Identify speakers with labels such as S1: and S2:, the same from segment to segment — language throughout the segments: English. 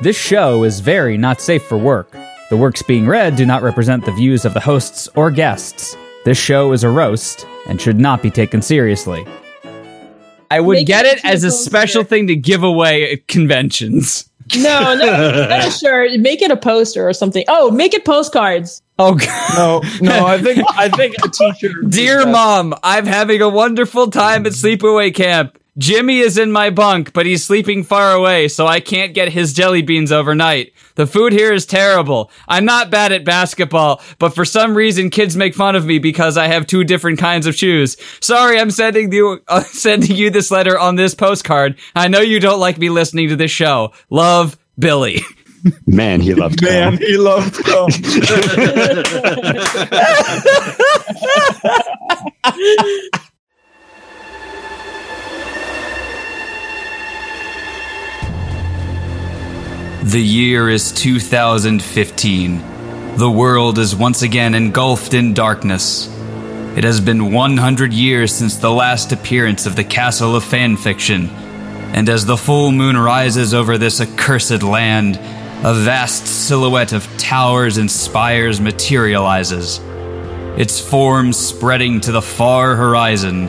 S1: This show is very not safe for work. The works being read do not represent the views of the hosts or guests. This show is a roast and should not be taken seriously. I would
S2: Make
S1: get
S2: it
S1: it as a
S2: people
S1: special
S2: here.
S1: thing to give away at conventions.
S2: No, no, not a shirt. Make it a poster or something. Oh, make it postcards.
S1: Oh, God.
S3: No, no, I think I think a t-shirt.
S1: dear mom, I'm having a wonderful time at sleepaway camp. Jimmy is in my bunk, but he's sleeping far away, so I can't get his jelly beans overnight. The food here is terrible. I'm not bad at basketball, but for some reason kids make fun of me because I have two different kinds of shoes. Sorry, I'm sending you uh, sending you this letter on this postcard. I know you don't like me listening to this show. Love, Billy.
S4: Man, he loved
S3: Man, he loved cum.
S1: The year is 2015. The world is once again engulfed in darkness. It has been 100 years since the last appearance of the Castle of Fanfiction, and as the full moon rises over this accursed land, a vast silhouette of towers and spires materializes, its form spreading to the far horizon.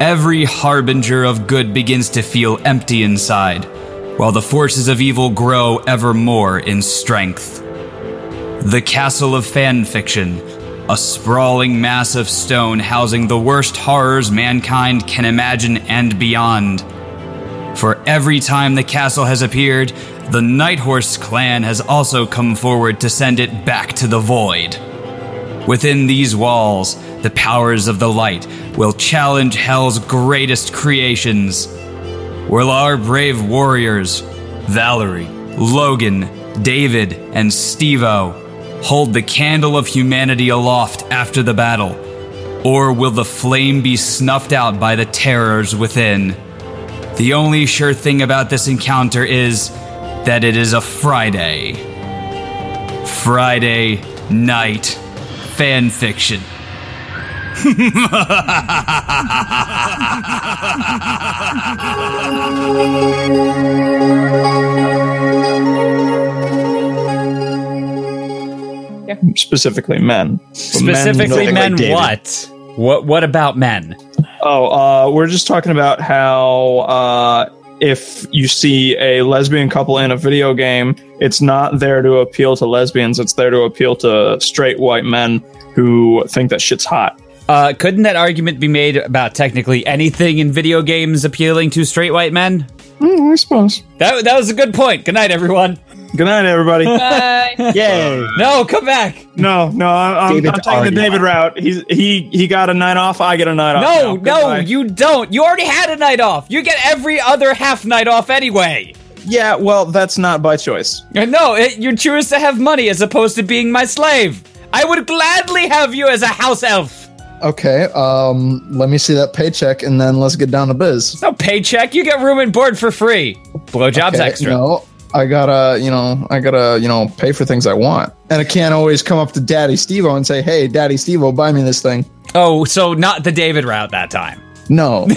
S1: Every harbinger of good begins to feel empty inside, while the forces of evil grow ever more in strength. The Castle of Fanfiction, a sprawling mass of stone housing the worst horrors mankind can imagine and beyond. For every time the castle has appeared, the Night Horse clan has also come forward to send it back to the void. Within these walls, the powers of the light will challenge Hell's greatest creations. Will our brave warriors, Valerie, Logan, David, and Stevo, hold the candle of humanity aloft after the battle? Or will the flame be snuffed out by the terrors within? The only sure thing about this encounter is that it is a Friday. Friday night fan fiction.
S3: specifically men. But men
S1: Specifically,
S3: look
S1: men.
S3: like David.
S1: what? What? What about men?
S3: Oh, uh, we're just talking about how uh, if you see a lesbian couple in a video game, it's not there to appeal to lesbians. It's there to appeal to straight white men who think that shit's hot.
S1: Uh, couldn't that argument be made about technically anything in video games appealing to straight white men?
S3: Mm, I suppose.
S1: That that was a good point. Good night, everyone.
S3: Good night, everybody.
S2: Uh,
S3: Yay.
S1: No, come back.
S3: No, no, I- I'm, I'm,
S4: David's
S3: I'm taking the
S4: already
S3: David route. He's he he got a night off. I get a night off.
S1: No,
S3: now.
S1: no,
S3: Goodbye.
S1: you don't. You already had a night off. You get every other half night off anyway.
S3: yeah. Well, that's not by choice.
S1: And Uh, No, it, you choose to have money as opposed to being my slave. I would gladly have you as a house elf.
S5: Okay, um, let me see that paycheck and then let's get down to biz.
S1: No paycheck. You get room and board for free. Blowjobs
S5: Okay,
S1: extra.
S5: No, I gotta, you know, I gotta, you know, pay for things I want, and I can't always come up to Daddy Stevo and say, "Hey, Daddy Stevo, buy me this thing."
S1: Oh, so not the David route that time.
S5: No,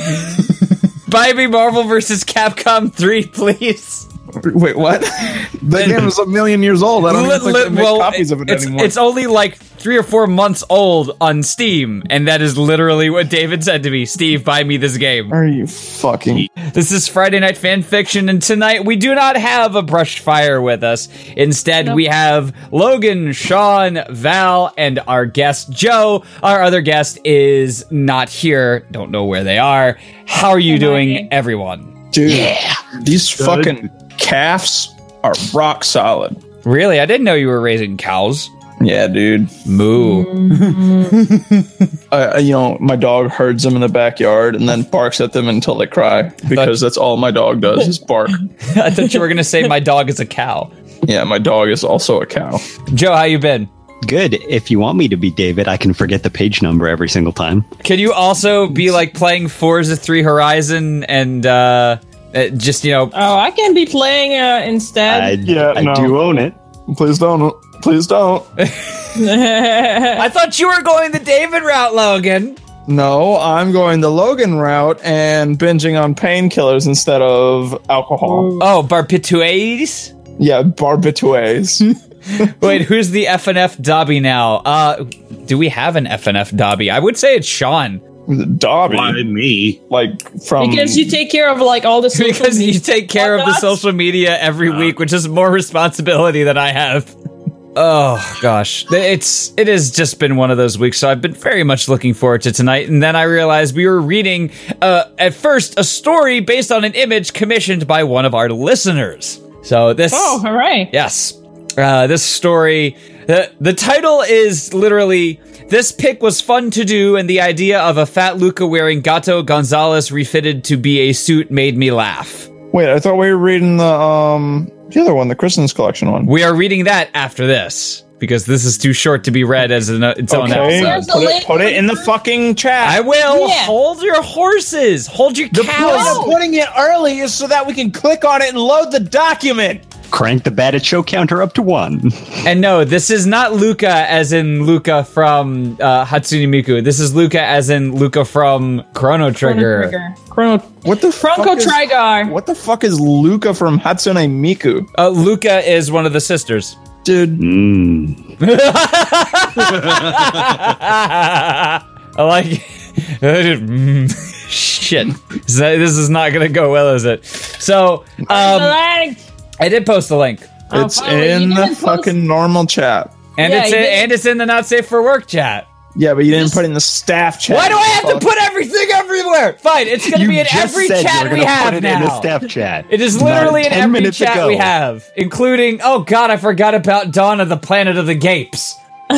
S1: Buy me Marvel vs. Capcom 3, please.
S3: Wait, what?
S5: that game is a million years old. I don't even
S1: Li-
S5: think
S1: li-
S5: they make
S1: well,
S5: copies of it
S1: it's,
S5: anymore.
S1: it's only like three or four months old on Steam, and that is literally what David said to me. Steve, buy me this game.
S5: Are you fucking?
S1: This is Friday Night Fan Fiction, and tonight we do not have a brushed fire with us. Instead, we have Logan, Sean, Val, and our guest Joe. Our other guest is not here. Don't know where they are. How are you doing, everyone?
S3: Dude, these fucking calves are rock solid.
S1: Really, I didn't know you were raising cows.
S3: Yeah, dude.
S1: Moo.
S3: I, I- you know, my dog herds them in the backyard and then barks at them until they cry because that's all my dog does is bark.
S1: I thought you were gonna say my dog is a cow.
S3: Yeah, my dog is also a cow.
S1: Joe, how you been?
S4: Good. If you want me to be David, I can forget the page number every single time.
S1: Can you also be like playing Forza 3 Horizon and uh, uh, just you know?
S2: oh, I can be playing uh,
S4: I,
S2: instead.
S3: Yeah,
S4: I
S3: no.
S4: do own it.
S3: Please don't. Please don't.
S1: I thought you were going the David route, Logan.
S3: No, I'm going the Logan route and binging on painkillers instead of alcohol.
S1: Oh, barbiturates.
S6: Yeah, barbiturates.
S1: Wait, who's the FNF Dobby now? Uh, do we have an FNF Dobby? I would say it's Sean
S6: Dobby,
S7: Why me?
S6: like from
S1: Um,
S2: because you take care of like all the social
S1: because you take care of the
S2: whatnots?
S1: social media every week, which is more responsibility than I have. Oh gosh, it's it has just been one of those weeks. So I've been very much looking forward to tonight, and then I realized we were reading uh, at first a story based on an image commissioned by one of our listeners. So this
S2: Oh, hooray!
S1: Yes. Uh, this story, the, the title is literally This Pick Was Fun to Do, and the idea of a fat Luca wearing Gato Gonzalez refitted to be a suit made me laugh.
S6: Wait, I thought we were reading the um the other one, the Christmas collection one.
S1: We are reading that after this because this is too short to be read as an, its own
S6: Okay,
S1: episode.
S2: There's a
S6: put it,
S2: link.
S6: put it in the fucking chat.
S1: I will
S2: Yeah.
S1: hold your horses, hold your cows.
S6: putting it early is so that we can click on it and load the document.
S4: Crank the batted show counter up to one.
S1: And no, this is not Luca as in Luca from uh, Hatsune Miku. This is Luca as in Luca from Chrono Trigger.
S6: Chrono, what the
S2: Bronco
S6: fuck is-
S2: Trigar.
S6: What the fuck is Luca from Hatsune Miku,
S1: Uh, Luca is one of the sisters.
S6: dude?
S4: Mm.
S1: I like Mm. shit. Is that- This is not gonna go well, is it? So um, I did post the link,
S2: Oh,
S6: it's
S2: finally,
S6: in
S2: you
S6: the
S2: didn't post-
S6: fucking normal chat.
S1: and
S2: Yeah,
S1: it's
S2: you
S1: in,
S2: did.
S1: and it's in the not safe for work chat.
S6: Yeah, but you didn't put it in the staff chat.
S1: Why do I have to
S6: Fuck.
S1: put everything everywhere? Fine, it's gonna be in every chat we
S4: gonna
S1: have
S4: it in the
S1: now.
S4: staff chat.
S1: It is literally in
S4: 10
S1: every
S4: minutes
S1: chat
S4: ago.
S1: we have, including oh god, I forgot about Dawn of the Planet of the Gapes.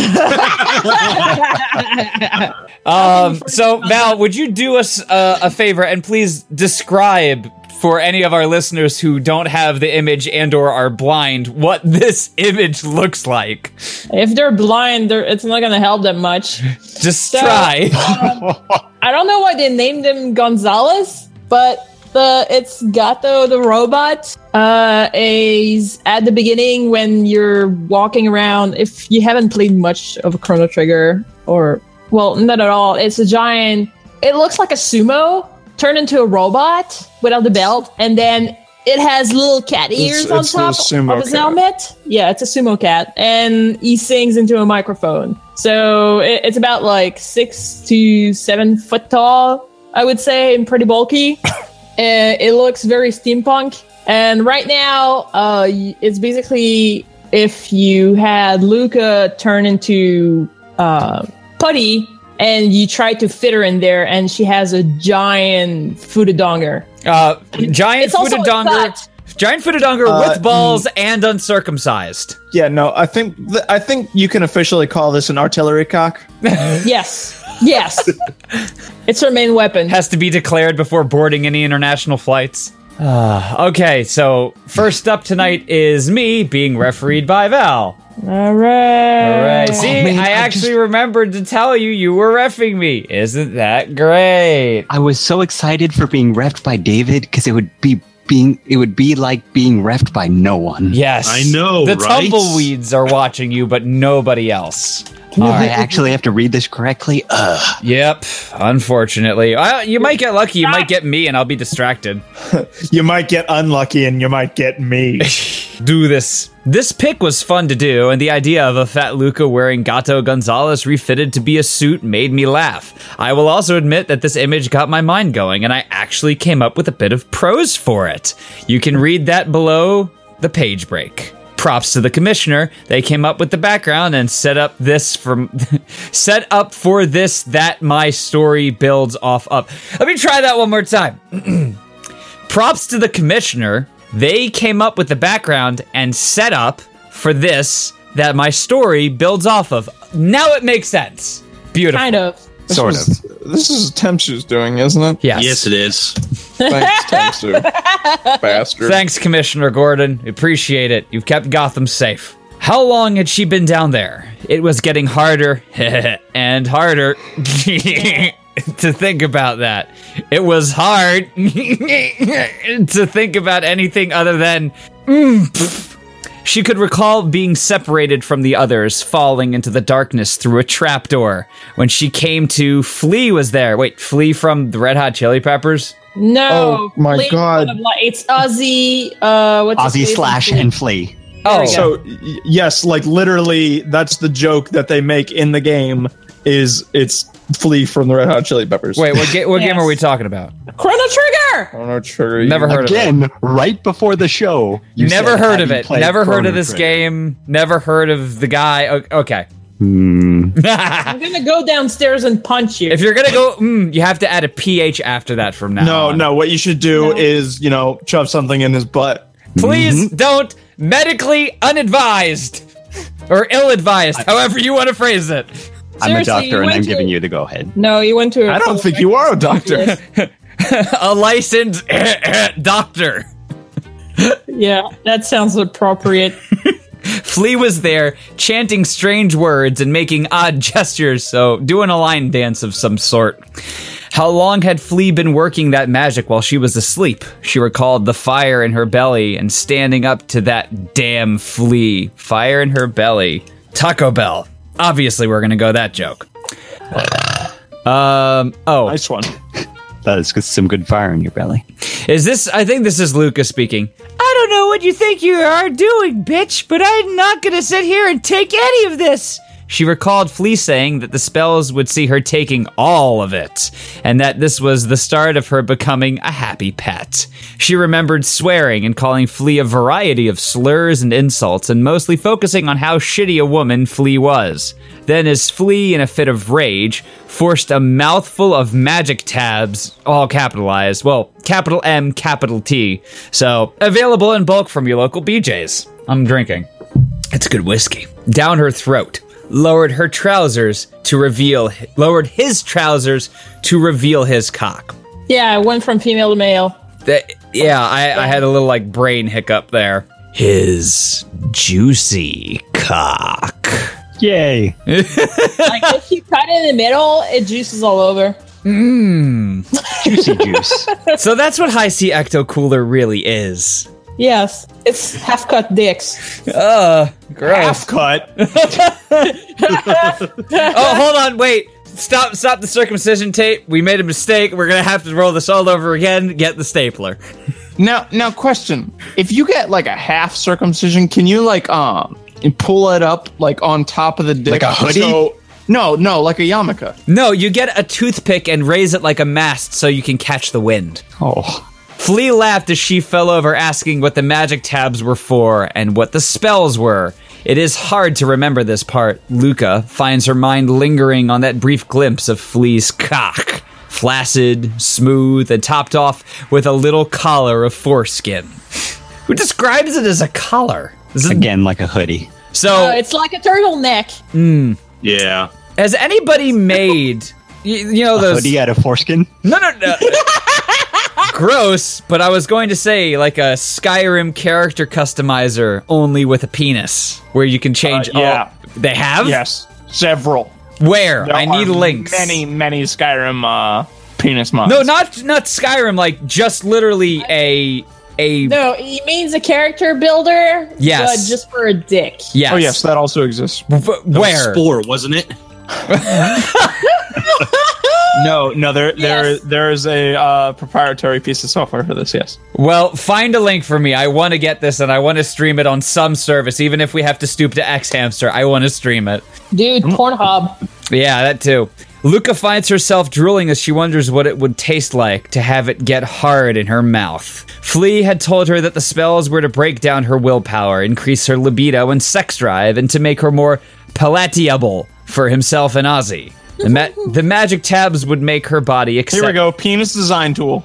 S1: um, so Val, would you do us uh, a favor and please describe for any of our listeners who don't have the image and or are blind what this image looks like?
S2: If they're blind, they're, it's not gonna help them much.
S1: Just try.
S2: I don't know why they named him Gonzalez, but the it's Gato the robot. Uh, is at the beginning when you're walking around. If you haven't played much of Chrono Trigger, or well, not at all. It's a giant. It looks like a sumo turned into a robot without the belt, and then it has little cat ears
S6: It's-
S2: on
S6: it's a
S2: top
S6: sumo
S2: of his
S6: cat.
S2: helmet. Yeah, it's a sumo cat, and he sings into a microphone. So it, it's about like six to seven foot tall, I would say, and pretty bulky. Uh, it looks very steampunk. And right now, uh, y- it's basically if you had Luca turn into uh, Putty and you try to fit her in there, and she has a giant fudadonger.
S1: Uh, giant
S2: It's also a
S1: footed
S2: cut.
S1: giant footed
S6: Uh,
S1: with balls and uncircumcised.
S6: Yeah, no, I think th- I think you can officially call this an artillery cock.
S2: Yes, yes, it's her main weapon.
S1: has to be declared before boarding any international flights. Uh, okay, so first up tonight is me being refereed by Val.
S2: All right,
S1: All
S3: Oh,
S1: right. See, I actually remembered to tell you you were refing me. Isn't that great?
S4: I was so excited for being refed by David because it would be being it would be like being refed by no one.
S1: Yes.
S7: I know,
S1: The
S7: right?
S1: tumbleweeds are watching you, but nobody else.
S4: All right, I actually have to read this correctly. Uh, Ugh.
S1: Yep. Unfortunately. I, you might get lucky. You might get me, and I'll be distracted.
S6: You might get unlucky, and you might get me.
S1: do this. This pick was fun to do, and the idea of a fat Luca wearing Gato Gonzalez refitted to be a suit made me laugh. I will also admit that this image got my mind going, and I actually came up with a bit of prose for it. You can read that below the page break. Props to the commissioner. They came up with the background and set up this from set up for this that my story builds off of. Let me try that one more time. Props to the commissioner. They came up with the background and setup for this that my story builds off of. Now it makes sense. Beautiful.
S2: kind of.
S4: Sort of.
S6: This is Tempsu's doing, isn't it?
S1: Yes.
S7: Yes, it is.
S6: Thanks, Tempsu, bastard.
S1: Thanks, Commissioner Gordon. Appreciate it. You've kept Gotham safe. How long had she been down there? It was getting harder and harder to think about that. It was hard to think about anything other than. "Mm, pff." She could recall being separated from the others, falling into the darkness through a trapdoor. When she came to, Flea was there. Wait, Flea from the Red Hot Chili Peppers?
S2: No.
S3: Oh, my
S2: Blink,
S3: God.
S2: blah, blah, blah. It's Ozzy. Uh, what's his
S4: Ozzy
S2: face?
S4: slash and flee.
S1: Oh.
S2: There we go.
S6: So y- yes, like literally, that's the joke that they make in the game. Is it's Flea from the Red Hot Chili Peppers?
S1: Wait, what, ga- what game
S2: Yes.
S1: are we talking about?
S2: Chrono Trigger.
S3: I don't know, Trigger. you-
S1: Never heard of it.
S4: Again, right before the show. you
S1: Never
S4: said,
S1: heard
S4: "Have
S1: of
S4: you
S1: it.
S4: played
S1: Never heard
S4: Chrono
S1: of this
S4: Trigger?"
S1: game. Never heard of the guy. O- Okay.
S4: Hmm.
S2: I'm gonna go downstairs and punch you.
S1: If you're gonna go, mm, you have to add a ph after that from now.
S6: No,
S1: on.
S6: no. What you should do is you know shove something in his butt.
S1: Please
S3: Mm-hmm.
S1: don't medically unadvised or ill-advised, however you want to phrase it.
S4: I'm a
S2: Seriously, you
S4: doctor and
S2: went
S4: I'm
S2: to-
S4: giving you the go ahead.
S2: no, you went to. I
S6: I don't think you are a doctor.
S1: A licensed eh, doctor.
S2: Yeah, that sounds appropriate.
S1: Flea was there chanting strange words and making odd gestures, so doing a line dance of some sort. How long had Flea been working that magic while she was asleep? She recalled the fire in her belly and standing up to that damn flea. Fire in her belly. Taco Bell. Obviously, we're gonna go that joke. Um. Oh,
S6: nice one.
S4: That is some good fire in your belly.
S1: is this? I think this is Lucas speaking. I don't know what you think you are doing, bitch, but I'm not gonna sit here and take any of this. She recalled Flea saying that the spells would see her taking all of it, and that this was the start of her becoming a happy pet. She remembered swearing and calling Flea a variety of slurs and insults, and mostly focusing on how shitty a woman Flea was. Then, as Flea, in a fit of rage, forced a mouthful of magic tabs, all capitalized, well, capital M, capital T, so available in bulk from your local BJ's. I'm drinking. It's good whiskey. Down her throat, lowered her trousers to reveal, lowered his trousers to reveal his cock.
S2: yeah, I went from female to male.
S1: That, yeah, I, I had a little like brain hiccup there. His juicy cock.
S4: Yay.
S2: Like if you cut it in the middle, it juices all over.
S4: Juicy juice.
S1: Mm. So that's what high C ecto cooler really is.
S2: Yes, it's half cut dicks.
S1: Uh, Gross.
S6: Half cut.
S1: Oh, hold on, wait. Stop, stop the circumcision tape. We made a mistake. We're gonna have to roll this all over again. Get the stapler.
S3: Now, now, question: If you get like a half circumcision, can you like um and pull it up like on top of the dick?
S4: Like a hoodie?
S3: So- no, no, like a yarmulke.
S1: No, you get a toothpick and raise it like a mast so you can catch the wind.
S4: Oh.
S1: Flea laughed as she fell over, asking what the magic tabs were for and what the spells were. It is hard to remember this part. Luca finds her mind lingering on that brief glimpse of Flea's cock. Flaccid, smooth, and topped off with a little collar of foreskin. Who describes it as a collar? This is-
S4: Again, like a hoodie.
S1: so
S2: Uh, it's like a turtleneck.
S1: Hmm.
S7: Yeah.
S1: has anybody made you, you know those
S4: Hoodie out of foreskin?
S1: No, no, no. Gross, but I was going to say like a Skyrim character customizer only with a penis where you can change
S6: Uh, yeah.
S1: all they have?
S6: Yes, several.
S1: Where?
S6: There
S1: I need
S6: are
S1: links.
S6: Many, many Skyrim uh, penis mods.
S1: No, not not Skyrim like just literally a a
S2: No, he means a character builder.
S1: Yes.
S2: but just for a dick.
S1: yes.
S6: Oh yes, that also exists.
S1: F- where?
S7: Spore, wasn't it?
S6: No, no, there,
S2: Yes.
S6: there, there is a uh, proprietary piece of software for this. Yes.
S1: Well, find a link for me. I want to get this and I want to stream it on some service even if we have to stoop to X hamster. I want to stream it.
S2: Dude, Pornhub.
S1: Yeah, that too. Luca finds herself drooling as she wonders what it would taste like to have it get hard in her mouth. Flea had told her that the spells were to break down her willpower, increase her libido and sex drive, and to make her more palatable for himself and Ozzy. The, ma- the magic tabs would make her body accept-
S6: Here we go. Penis design tool.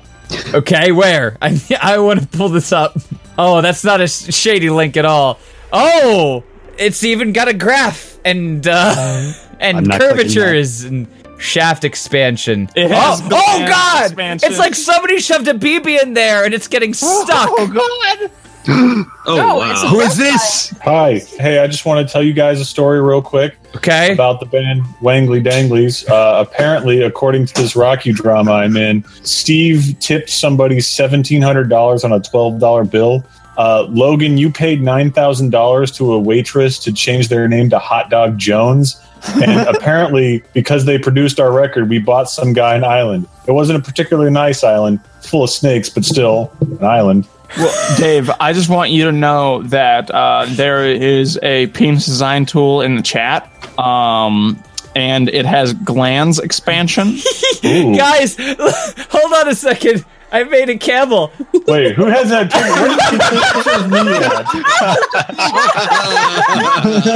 S1: Okay, where? I, I want to pull this up. Oh, that's not a sh- shady link at all. Oh, it's even got a graph and uh,
S4: I'm
S1: and
S4: not clicking that.
S1: curvatures and shaft expansion.
S6: It has
S1: oh,
S6: the
S1: oh,
S6: shaft
S1: god!
S6: expansion.
S1: It's like somebody shoved a BB in there and it's getting stuck.
S6: oh,
S7: Oh,
S2: No, it's
S7: wow.
S4: is this?
S8: Hi. Hey, I just want to tell you guys a story real quick
S1: okay.
S8: about the band Wangley Danglies. Uh, apparently, according to this Rocky drama I'm in, Steve tipped somebody $1,700 on a $12 bill Uh, Logan, you paid $9,000 to a waitress to change their name to Hot Dog Jones. And apparently, because they produced our record, we bought some guy an island. It wasn't a particularly nice island, full of snakes, but still an island.
S6: Well, Dave, I just want you to know that uh, there is a penis design tool in the chat, um, and it has glands expansion.
S8: Ooh.
S1: Guys, hold on a second. I made a camel.
S8: Wait, who has that? picture? Where did you take pictures of me at?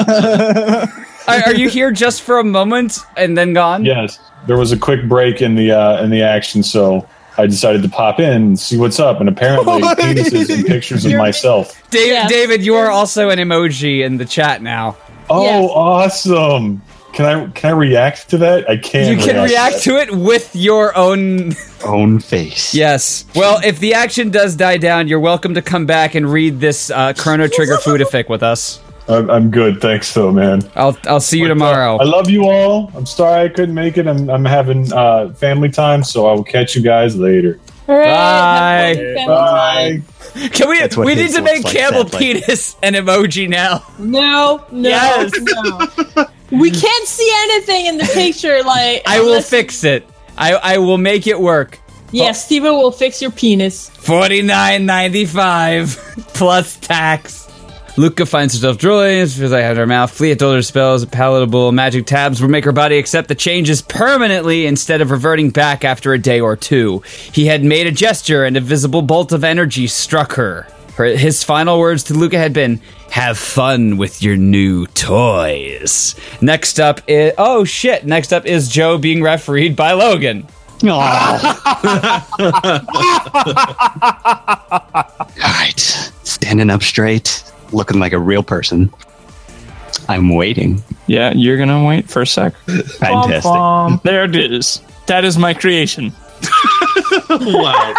S1: Are, are you here just for a moment and then gone?
S8: Yes, there was a quick break in the uh, in the action, so I decided to pop in and see what's up. And apparently, penises and pictures of myself.
S1: Dave,
S2: Yeah.
S1: David, you are also an emoji in the chat now.
S8: Oh,
S2: Yes.
S8: awesome! Can I can I react to that? I can.
S1: You can react to it with your own.
S4: Own face.
S1: Yes. Well, if the action does die down, you're welcome to come back and read this uh, Chrono Trigger food effect with us.
S8: that. I'm, I'm good, thanks though, man.
S1: I'll I'll see you
S8: I
S1: tomorrow.
S8: love you all. I'm sorry I couldn't make it. I'm I'm having uh, family time, so I will catch you guys later.
S2: All right,
S1: Bye.
S2: have a good family time.
S8: Bye.
S1: Can we?
S4: what
S1: We
S4: his
S1: need to
S4: looks
S1: make
S4: like,
S1: Campbell
S4: sadly.
S1: penis an emoji now.
S2: No, no,
S1: Yes.
S2: no. We can't see anything in the picture. Like
S1: I will
S2: unless-
S1: fix it. I I will make it work.
S2: Yes, Steven will fix your penis.
S1: Forty nine ninety five plus tax. Luca finds herself drooling, feels like having her mouth. Flea at older spells, palatable magic tabs will make her body accept the changes permanently instead of reverting back after a day or two. He had made a gesture and a visible bolt of energy struck her. her his final words to Luca had been, Have fun with your new toys. Next up is. Oh shit, next up is Joe being refereed by Logan.
S4: Aw. All right. Standing up straight, looking like a real person. I'm waiting.
S6: yeah, you're gonna wait for a sec.
S4: Fantastic.
S6: Um, there it is. That is my creation.
S7: Wow.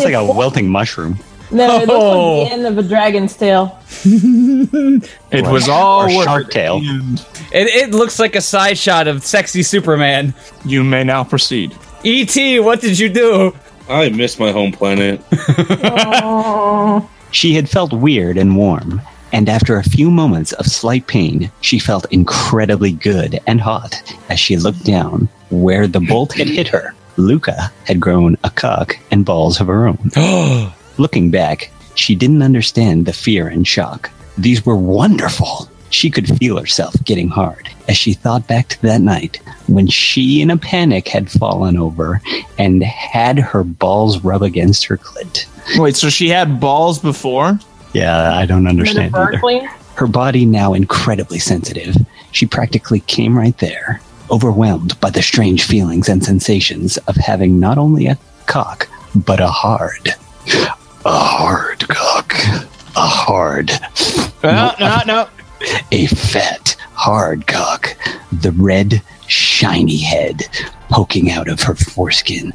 S2: Oh,
S4: like a wilting mushroom.
S2: No, it
S1: Oh.
S2: looks like the end of a dragon's tail.
S6: It
S4: Or-
S6: was all
S4: or
S6: worth
S4: Shark
S6: it.
S4: Tale.
S6: And
S1: It, it looks like a side shot of sexy Superman.
S6: you may now proceed.
S1: E.T., what did you do?
S7: I miss my home planet.
S4: She had felt weird and warm, and after a few moments of slight pain, she felt incredibly good and hot as she looked down where the bolt had hit her. Luca had grown a cock and balls of her own. Looking back, she didn't understand the fear and shock. These were wonderful. She could feel herself getting hard as she thought back to that night when she, in a panic, had fallen over and had her balls rub against her clit.
S6: Wait, so she had balls before?
S4: Yeah, I don't understand either.
S2: Berkeley.
S4: Her body now incredibly sensitive. She practically came right there, overwhelmed by the strange feelings and sensations of having not only a cock, but a hard. A hard cock. A hard.
S6: No,
S2: Uh,
S6: no, no.
S4: A fat, hard cock. The red, shiny head poking out of her foreskin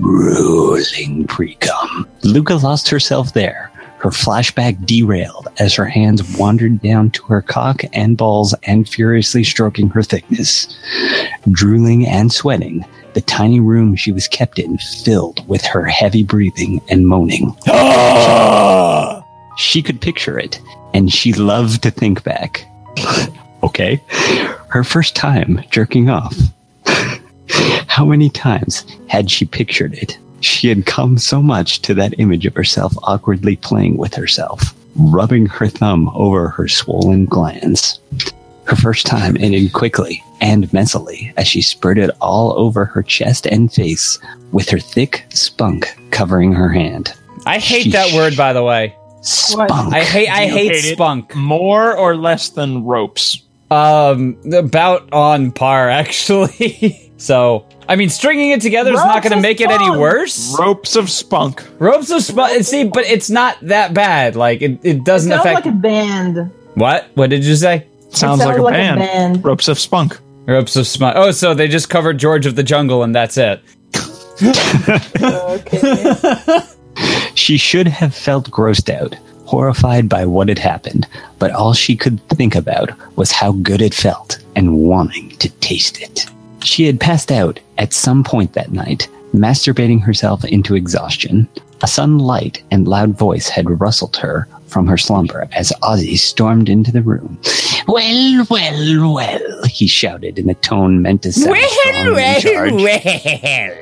S4: drooling precum. Luca lost herself there. Her flashback derailed as her hands wandered down to her cock and balls and furiously stroking her thickness. Drooling and sweating, the tiny room she was kept in filled with her heavy breathing and moaning. she could picture it, and she loved to think back. okay. Her first time jerking off. How many times had she pictured it? She had come so much to that image of herself awkwardly playing with herself, rubbing her thumb over her swollen glands. Her first time ended quickly and mentally as she spurted all over her chest and face with her thick spunk covering her hand.
S1: I hate that word, by the way.
S4: Spunk.
S1: I hate I hate
S6: hate it?
S1: spunk.
S6: More or less than ropes.
S1: Um, about on par actually. so, I mean, stringing it together is not
S2: Ropes
S1: going to
S2: of
S1: make it any
S2: spunk.
S1: worse.
S6: Ropes of spunk.
S1: Ropes of spunk. See, but it's not that bad. Like it, it doesn't
S2: Sounds
S1: affect.
S2: like a band.
S1: what? What did you say?
S2: sounds
S6: Sounds,
S2: like
S6: like, a,
S2: a
S6: band.
S2: band.
S6: Ropes of spunk.
S1: Ropes of spunk. Oh, so they just covered George of the Jungle and that's it.
S2: Okay.
S4: She should have felt grossed out, horrified by what had happened, but all she could think about was how good it felt and wanting to taste it. She had passed out at some point that night, masturbating herself into exhaustion. A sudden light and loud voice had rustled her from her slumber as Ozzy stormed into the room. Well, well, well, he shouted in a tone meant to sound strong and charged.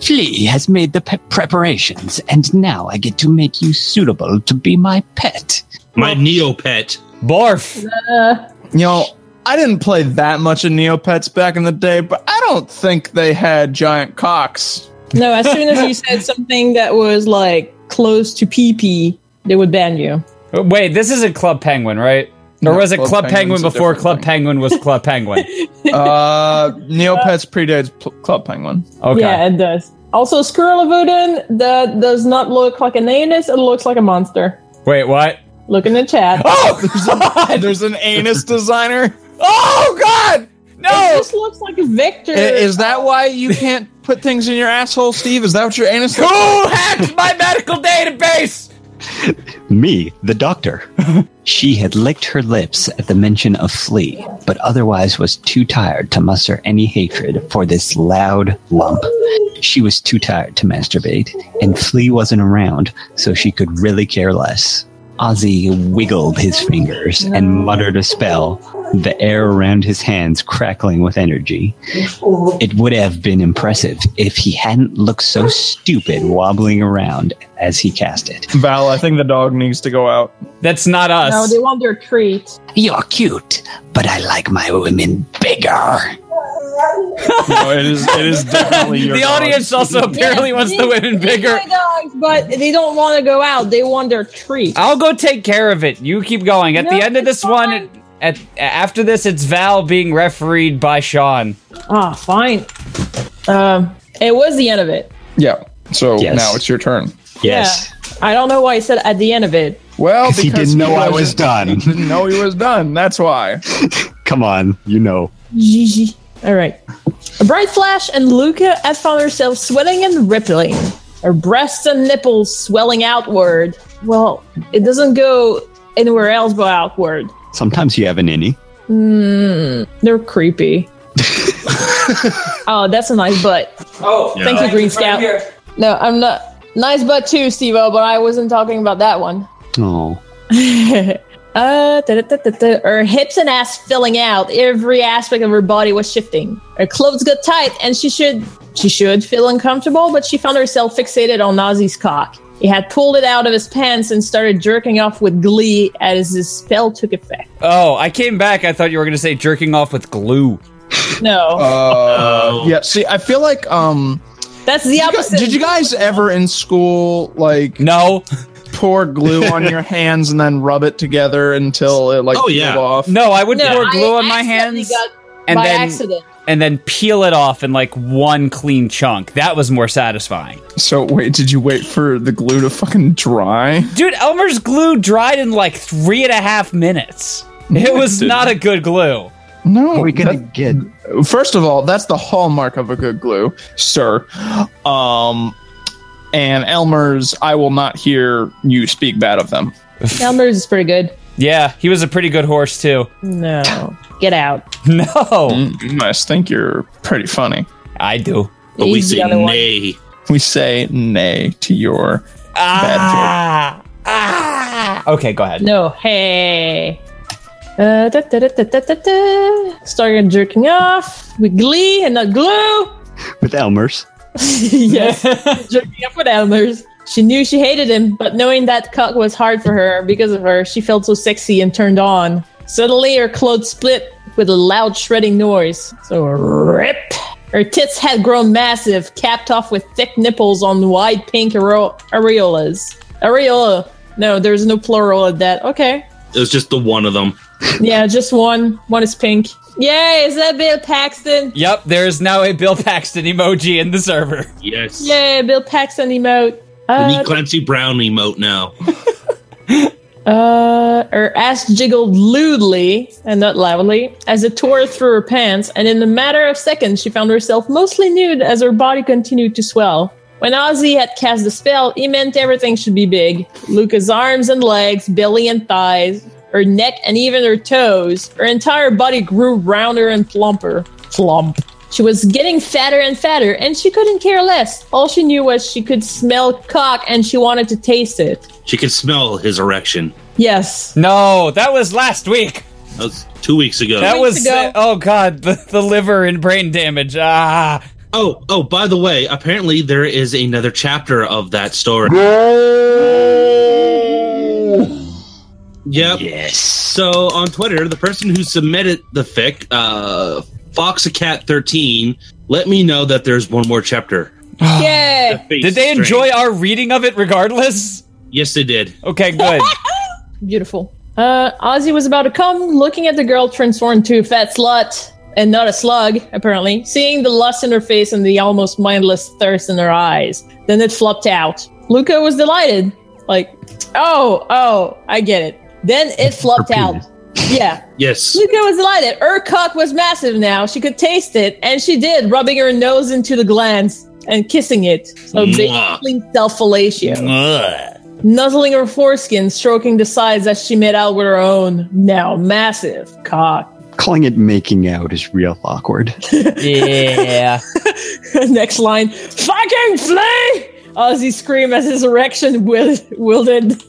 S4: Flea has made the pe- preparations, and now I get to make you suitable to be my pet.
S7: My Neopet.
S1: Barf.
S2: Uh,
S3: You know, I didn't play that much of Neopets back in the day, but I don't think they had giant cocks.
S2: No, as soon as you said something that was like close to PP, they would ban you.
S1: Wait, this is a Club Penguin, right? Or
S3: No,
S1: was it
S3: Club
S1: Club Penguin
S3: Penguin's a
S1: before
S3: different
S1: Club
S3: thing.
S1: Penguin was Club Penguin?
S3: Uh, Neopets predates Pl- Club Penguin.
S1: Okay.
S2: Yeah, it does. Also, Skurlavuden, that does not look like an anus, it looks like a monster.
S1: Wait, what?
S2: Look in the chat.
S3: Oh, There's an anus designer.
S1: Oh God!
S2: It just looks like a Victor.
S3: I- Is that why you can't put things in your asshole, Steve? Is that what your anus?
S1: Who hacked my medical database?
S4: Me, the doctor. she had licked her lips at the mention of Flea, but otherwise was too tired to muster any hatred for this loud lump. She was too tired to masturbate, and Flea wasn't around, so she could really care less. Ozzy wiggled his fingers and muttered a spell, the air around his hands crackling with energy. It would have been impressive if he hadn't looked so stupid wobbling around as he cast it.
S6: Val, I think the dog needs to go out.
S1: That's not us.
S2: No, they want their treat.
S4: You're cute, but I like my women bigger.
S6: No, Oh, it is. It is definitely your
S1: the
S6: dog.
S1: audience also apparently
S2: Yeah,
S1: wants
S2: these-
S1: the women
S2: these
S1: bigger.
S2: are dogs, but they don't want to go out. They want their treat.
S1: I'll go take care of it. You keep going. At
S2: No,
S1: the end of
S2: it's
S1: this one, it, at after this, it's Val being refereed by Sean.
S2: Ah, fine. Um, it was the end of it.
S3: Yeah. So
S4: Yes.
S3: now it's your turn.
S2: Yeah. I don't know why he said at the end of it.
S3: Well,
S4: Because he didn't know I was
S3: wasn't-
S4: done.
S3: Didn't know he was done. That's why.
S4: Come on, you know.
S2: Gigi. All right. Bright Flash and Luca had found herself sweating and rippling, her breasts and nipples swelling outward. Well, it doesn't go anywhere else but outward.
S4: Sometimes you have an innie.
S2: Hmm, They're creepy. oh, that's a nice butt.
S9: Oh,
S2: Thank you, Green Scout. No, I'm not. Nice butt too, Steve but I wasn't talking about that one.
S4: Oh,
S2: Uh, da-da-da-da-da. her hips and ass filling out. Every aspect of her body was shifting. Her clothes got tight, and she should she should feel uncomfortable, but she found herself fixated on Ozzy's cock. He had pulled it out of his pants and started jerking off with glee as his spell took effect.
S1: Oh, I came back. I thought you were gonna say jerking off with glue.
S2: No,
S3: Uh, Oh. yeah. See, I feel like um.
S2: that's the opposite.
S3: Did you guys ever in school like
S1: No,
S3: pour glue on your hands and then rub it together until it like
S7: Oh, yeah.
S3: peeled off?
S1: no, I would
S2: No,
S1: pour
S2: I
S1: glue on my
S2: accidentally
S1: hands
S2: got-
S1: and
S2: by
S1: then
S2: accident.
S1: and then peel it off in like one clean chunk. That was more satisfying.
S3: So wait, did you wait for the glue to fucking dry?
S1: Dude, Elmer's glue dried in like three and a half minutes. It was not a good glue.
S3: No.
S4: we're gonna
S3: that-
S4: get
S3: first of all, that's the hallmark of a good glue, sir. Um, and Elmer's, I will not hear you speak bad of them.
S2: Elmer's is pretty good.
S1: Yeah, he was a pretty good horse too.
S2: No, get out.
S1: No,
S3: Mm, I think you're pretty funny.
S1: I do.
S7: But we
S2: He's the
S7: say
S2: other one.
S7: nay.
S3: We say nay to your
S1: Ah, ah. Okay, go ahead.
S2: No, hey. Uh, da, da, da, da, da, da, da. Started jerking off with glee and not glue.
S4: with Elmer's.
S2: yes, jerking off with Elmer's. She knew she hated him, but knowing that cock was hard for her because of her, she felt so sexy and turned on. Suddenly, her clothes split with a loud shredding noise. So rip. Her tits had grown massive, capped off with thick nipples on wide pink areo- areolas. Areola. No, there's no plural of that. Okay.
S7: It was just the one of them.
S2: Yeah, just one. One is pink. Yay, is that Bill Paxton?
S1: Yep, there is now a Bill Paxton emoji in the server.
S7: Yes.
S2: Yay, Bill Paxton emote.
S7: We
S2: Uh,
S7: need Clancy Brown emote now.
S2: uh, her ass jiggled lewdly and not loudly as it tore through her pants, and in a matter of seconds, she found herself mostly nude as her body continued to swell. When Ozzy had cast the spell, he meant everything should be big Luca's arms and legs, belly and thighs, her neck and even her toes. Her entire body grew rounder and plumper. Plump. She was getting fatter and fatter, and she couldn't care less. All she knew was she could smell cock and she wanted to taste it.
S7: She could smell his erection.
S2: Yes.
S1: No, that was last week.
S7: That was two weeks ago.
S1: That
S2: weeks
S1: was
S2: ago.
S1: oh god, the, the liver and brain damage. Ah,
S7: oh, oh, by the way, apparently there is another chapter of that story. Yep.
S4: Yes.
S7: So on Twitter, the person who submitted the fic, uh, Foxacat13, let me know that there's one more chapter.
S2: Yay.
S1: did they enjoy our reading of it regardless?
S7: Yes, they did.
S1: Okay, good.
S2: Beautiful. Uh, Ozzy was about to come, looking at the girl transformed to a fat slut and not a slug, apparently, seeing the lust in her face and the almost mindless thirst in her eyes. Then it flopped out. Luca was delighted. Like, oh, oh, I get it. Then it flopped out.
S4: penis.
S2: Yeah.
S7: Yes.
S2: Luca was delighted. Her cock was massive now. She could taste it, and she did, rubbing her nose into the glands and kissing it. So
S7: Mwah.
S2: basically self fellatio nuzzling her foreskin, stroking the sides as she made out with her own now massive cock.
S4: Calling it making out is real awkward.
S1: yeah.
S2: Next line, fucking flee! Ozzy screamed as his erection wil- wilted.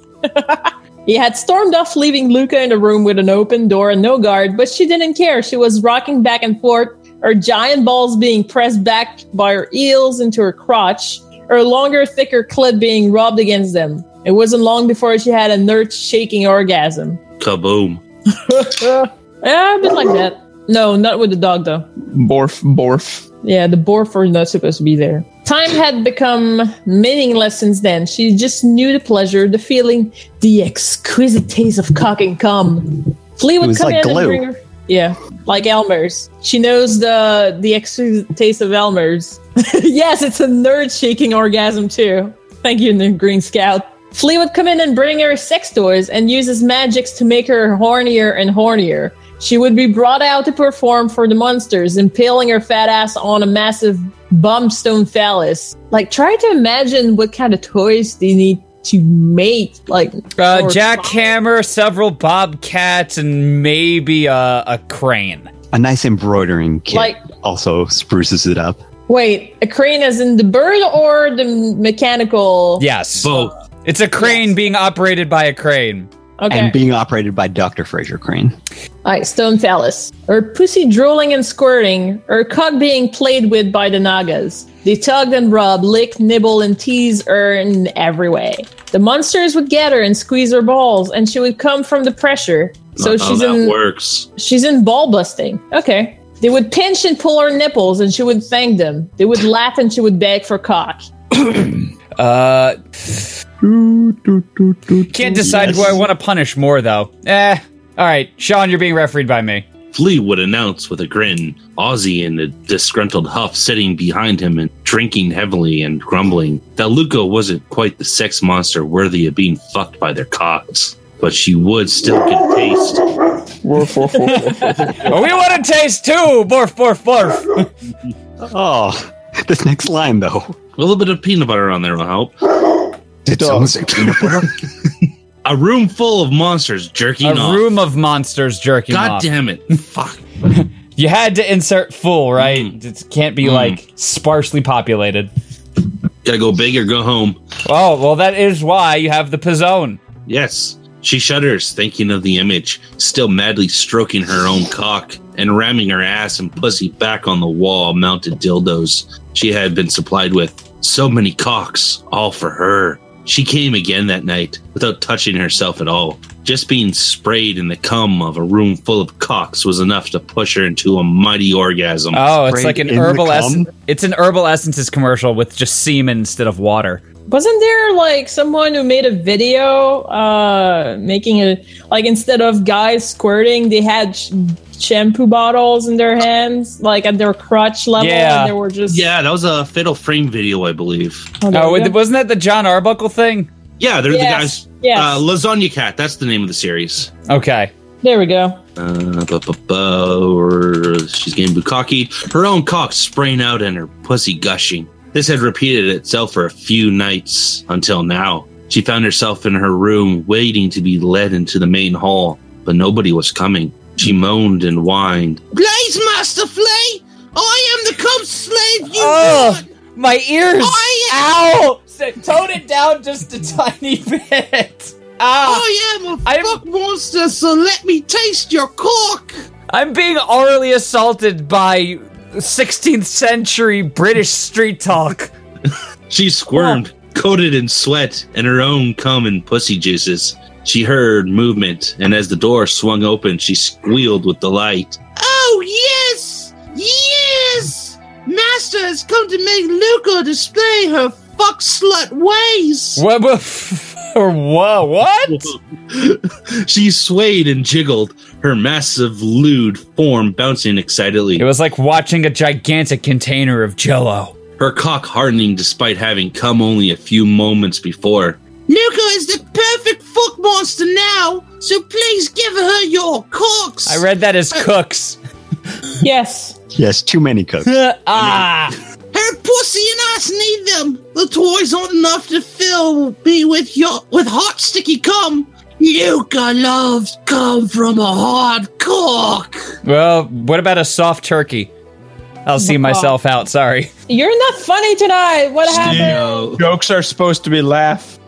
S2: he had stormed off, leaving Luca in the room with an open door and no guard, but she didn't care. She was rocking back and forth, her giant balls being pressed back by her eels into her crotch, her longer, thicker clit being rubbed against them. It wasn't long before she had a nerve shaking orgasm.
S7: Kaboom.
S2: Yeah, a bit like that. No, not with the dog though.
S3: Borf, borf.
S2: Yeah, the Borford not supposed to be there. Time had become meaningless since then. She just knew the pleasure, the feeling, the exquisite taste of cock and cum. Flea would
S4: was
S2: come in
S4: like glue.
S2: and bring her. Yeah, like Elmer's. She knows the the exquisite taste of Elmer's. yes, it's a nerd shaking orgasm too. Thank you, New Green Scout. Flea would come in and bring her sex toys and use his magics to make her hornier and hornier. She would be brought out to perform for the monsters, impaling her fat ass on a massive bumbstone phallus. Like, try to imagine what kind of toys they need to make. Like,
S1: Uh,
S2: or-
S1: jackhammer, several bobcats, and maybe a, a crane.
S4: A nice embroidering kit
S2: Like-
S4: also spruces it up.
S2: Wait, a crane as in the bird or the mechanical?
S1: Yes,
S7: Both.
S1: it's a crane being operated by a crane.
S2: Okay.
S4: And being operated by Dr. Fraser Crane.
S2: All right, stone phallus. Her pussy drooling and squirting, her cock being played with by the Nagas. They tugged and rubbed, licked, nibble, and tease her in every way. The monsters would get her and squeeze her balls, and she would come from the pressure. So
S7: Not how
S2: she's
S7: that
S2: in
S7: works.
S2: she's in ball busting. Okay. They would pinch and pull her nipples, and she would thank them. They would laugh, and she would beg for cock.
S1: Uh, can't decide who I want to punish more though. Eh. All right, Sean, you're being refereed by me.
S7: Flea would announce with a grin, Ozzy in a disgruntled huff sitting behind him and drinking heavily and grumbling that Luca wasn't quite the sex monster worthy of being fucked by their cocks, but she would still get taste.
S3: Borf, borf, borf, borf, borf.
S1: Oh, we want to taste too. Borf, borf, borf.
S4: Oh, this next line, though.
S7: A little bit of peanut butter on there will help.
S4: Did someone say peanut butter?
S7: A room full of monsters jerking
S1: A
S7: off.
S1: room of monsters jerking
S7: God
S1: off.
S7: damn it. Fuck.
S1: You had to insert full, right?
S7: Mm.
S1: It can't be
S7: Mm.
S1: like sparsely populated.
S7: Gotta go big or go home.
S1: Oh, well, that is why you have the pizzone.
S7: Yes. She shudders, thinking of the image, still madly stroking her own cock and ramming her ass and pussy back on the wall of mounted dildos she had been supplied with. So many cocks, all for her. She came again that night without touching herself at all. Just being sprayed in the cum of a room full of cocks was enough to push her into a mighty orgasm.
S1: Oh, it's
S4: Sprayed
S1: like an
S4: in the
S1: herbal essence.
S4: cum?
S1: It's an herbal essences commercial with just semen instead of water.
S2: Wasn't there like someone who made a video uh making a like instead of guys squirting, they had sh- shampoo bottles in their hands, like at their crotch level,
S1: Yeah.
S2: and they were just
S7: yeah, that was a Fiddle Frame video, I believe.
S2: Oh, there
S1: Oh,
S2: we
S1: wa-
S2: go.
S1: wasn't that the John Arbuckle thing?
S7: Yeah, they're
S2: Yes,
S7: the guys.
S2: yes.
S7: Uh, Lasagna Cat, that's the name of the series.
S1: Okay.
S2: there we go.
S7: Uh, bu- bu- bu- or- she's getting bukkake. Her own cock spraying out and her pussy gushing. This had repeated itself for a few nights until now. She found herself in her room waiting to be led into the main hall, but nobody was coming. She moaned and whined. Blaze, Master Flay! I am the cum slave you
S1: Ugh,
S7: want.
S1: Oh, my ears!
S7: I
S1: Ow! So, tone it down just a tiny bit.
S7: Uh,
S1: Ah,
S7: I am Oh, a
S1: I'm-
S7: fuck monster, so let me taste your cork.
S1: I'm being orally assaulted by 16th century British street talk.
S7: She squirmed, coated in sweat and her own cum and pussy juices. She heard movement, and as the door swung open, she squealed with delight. Oh, yes! Yes! Master has come to make Luca display her fuck slut ways!
S1: What? Whoa! What?
S7: she swayed and jiggled, her massive lewd form bouncing excitedly,
S1: It was like watching a gigantic container of Jello.
S7: her cock hardening despite having come only a few moments before. Nuka is the perfect fuck monster now, so please give her your corks.
S1: I read that as cooks.
S2: Yes.
S4: Yes, too many cooks.
S1: ah,
S7: her pussy and us need them. The toys aren't enough to fill me with your with hot sticky cum. Nuka loves cum from a hard cork.
S1: Well, what about a soft turkey? I'll see myself out. Sorry.
S2: You're not funny tonight. What happened?
S3: Jokes are supposed to be laugh.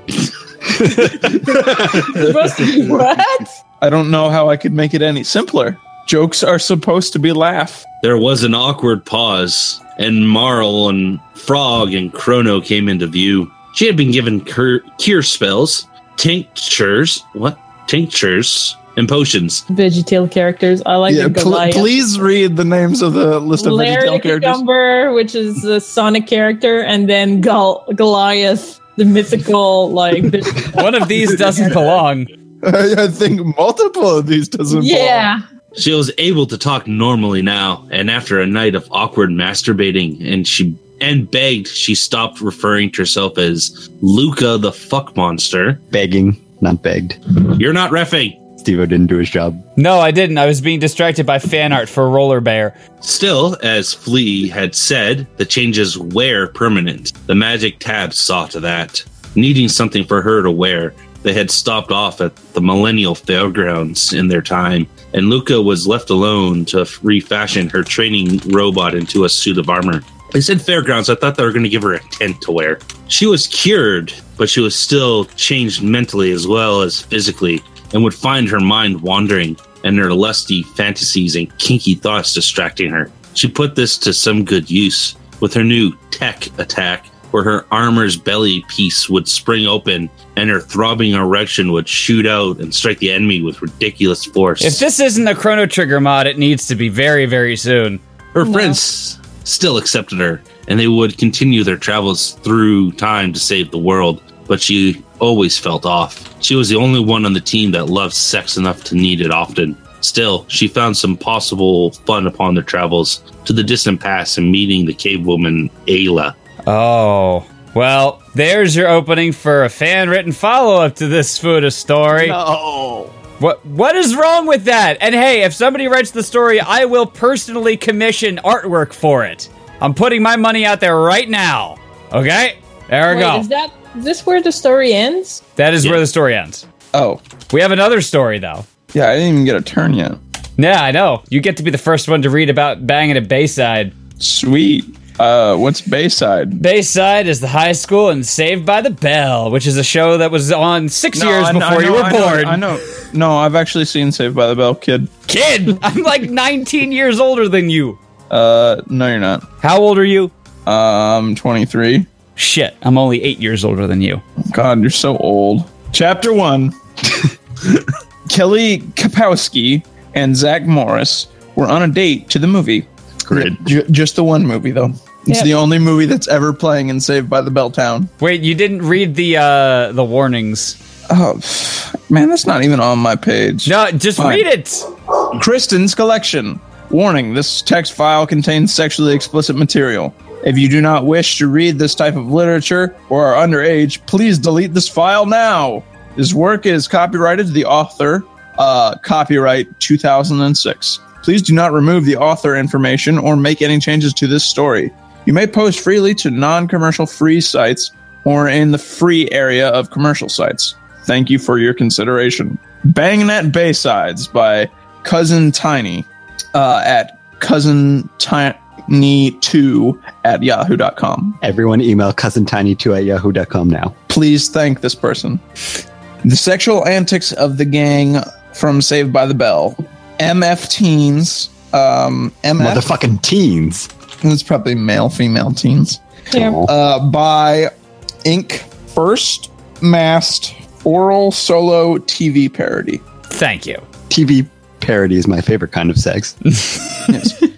S2: Supposed to be- what?
S3: I don't know how I could make it any simpler. Jokes are supposed to be laugh.
S7: There was an awkward pause, and Marl and Frog and Chrono came into view. She had been given cur- cure spells, tinctures, what? Tinctures and potions.
S2: VeggieTale characters. I like
S3: yeah,
S2: the
S3: pl-
S2: Goliath.
S3: please read the names of the list of
S2: Larry the
S3: VeggieTale characters.
S2: Cucumber, which is the Sonic character, and then Gol- Goliath, the mythical, like, VeggieTale.
S1: One of these doesn't belong.
S3: I, I think multiple of these doesn't.
S2: yeah.
S7: She was able to talk normally now, and after a night of awkward masturbating, and she and begged, she stopped referring to herself as Luca the fuck monster.
S4: Begging, not begged.
S7: You're not refing.
S4: Steve didn't do his job.
S1: No, I didn't. I was being distracted by fan art for Roller Bear.
S7: Still, as Flea had said, the changes were permanent. The magic tab saw to that. Needing something for her to wear, they had stopped off at the Millennial Fairgrounds in their time, and Luca was left alone to f- refashion her training robot into a suit of armor. They said fairgrounds. I thought they were going to give her a tent to wear. She was cured, but she was still changed mentally as well as physically, and would find her mind wandering and her lusty fantasies and kinky thoughts distracting her. She put this to some good use with her new tech attack, where her armor's belly piece would spring open and her throbbing erection would shoot out and strike the enemy with ridiculous force.
S1: If this isn't a Chrono Trigger mod, it needs to be very, very soon.
S7: Her friends still accepted her, and they would continue their travels through time to save the world. But she always felt off. She was the only one on the team that loved sex enough to need it often. Still, she found some possible fun upon their travels to the distant past and meeting the cave woman Ayla.
S1: Oh. Well, there's your opening for a fan written follow up to this Fuda story.
S3: Oh,
S1: What what is wrong with that? And hey, if somebody writes the story, I will personally commission artwork for it. I'm putting my money out there right now. Okay? There we
S2: Wait,
S1: go.
S2: is that is this where the story ends?
S1: that is where the story ends.
S3: oh,
S1: We have another story though.
S3: yeah. I didn't even get a turn yet.
S1: Yeah, I know. You get to be the first one to read about banging at Bayside.
S3: Sweet. Uh, what's Bayside?
S1: Bayside is the high school and Saved by the Bell, which is a show that was on six years before you were born.
S3: I know. No, I've actually seen Saved by the Bell, kid.
S1: Kid, I'm like 19 years older than you.
S3: Uh, no, you're not.
S1: How old are you?
S3: Um, 23.
S1: Shit, I'm only eight years older than you.
S3: God, you're so old. Chapter one Kelly Kapowski and Zach Morris were on a date to the movie. Great. just the one movie, though. It's
S2: Yeah.
S3: the only movie that's ever playing in Saved by the Bell Town.
S1: Wait, you didn't read the uh the warnings.
S3: Oh, pff, man, that's not even on my page.
S1: No, just
S3: Fine.
S1: read it.
S3: Kristen's collection. Warning this text file contains sexually explicit material. If you do not wish to read this type of literature or are underage, please delete this file now. This work is copyrighted to the author, uh, copyright 2006. Please do not remove the author information or make any changes to this story. You may post freely to non commercial free sites or in the free area of commercial sites. Thank you for your consideration. Bangin' at Baysides by Cousin Tiny uh, at Cousin Ti- tiny2 at yahoo.com.
S4: Everyone email cousintiny2 at yahoo.com now.
S3: Please thank this person. The sexual antics of the gang from Saved by the Bell. MF teens. Um, MF.
S4: Motherfucking teens.
S3: It's probably male, female teens.
S2: Yeah.
S3: uh, by Inc. First Mast Oral Solo TV Parody.
S1: Thank you.
S4: TV parody is my favorite kind of sex.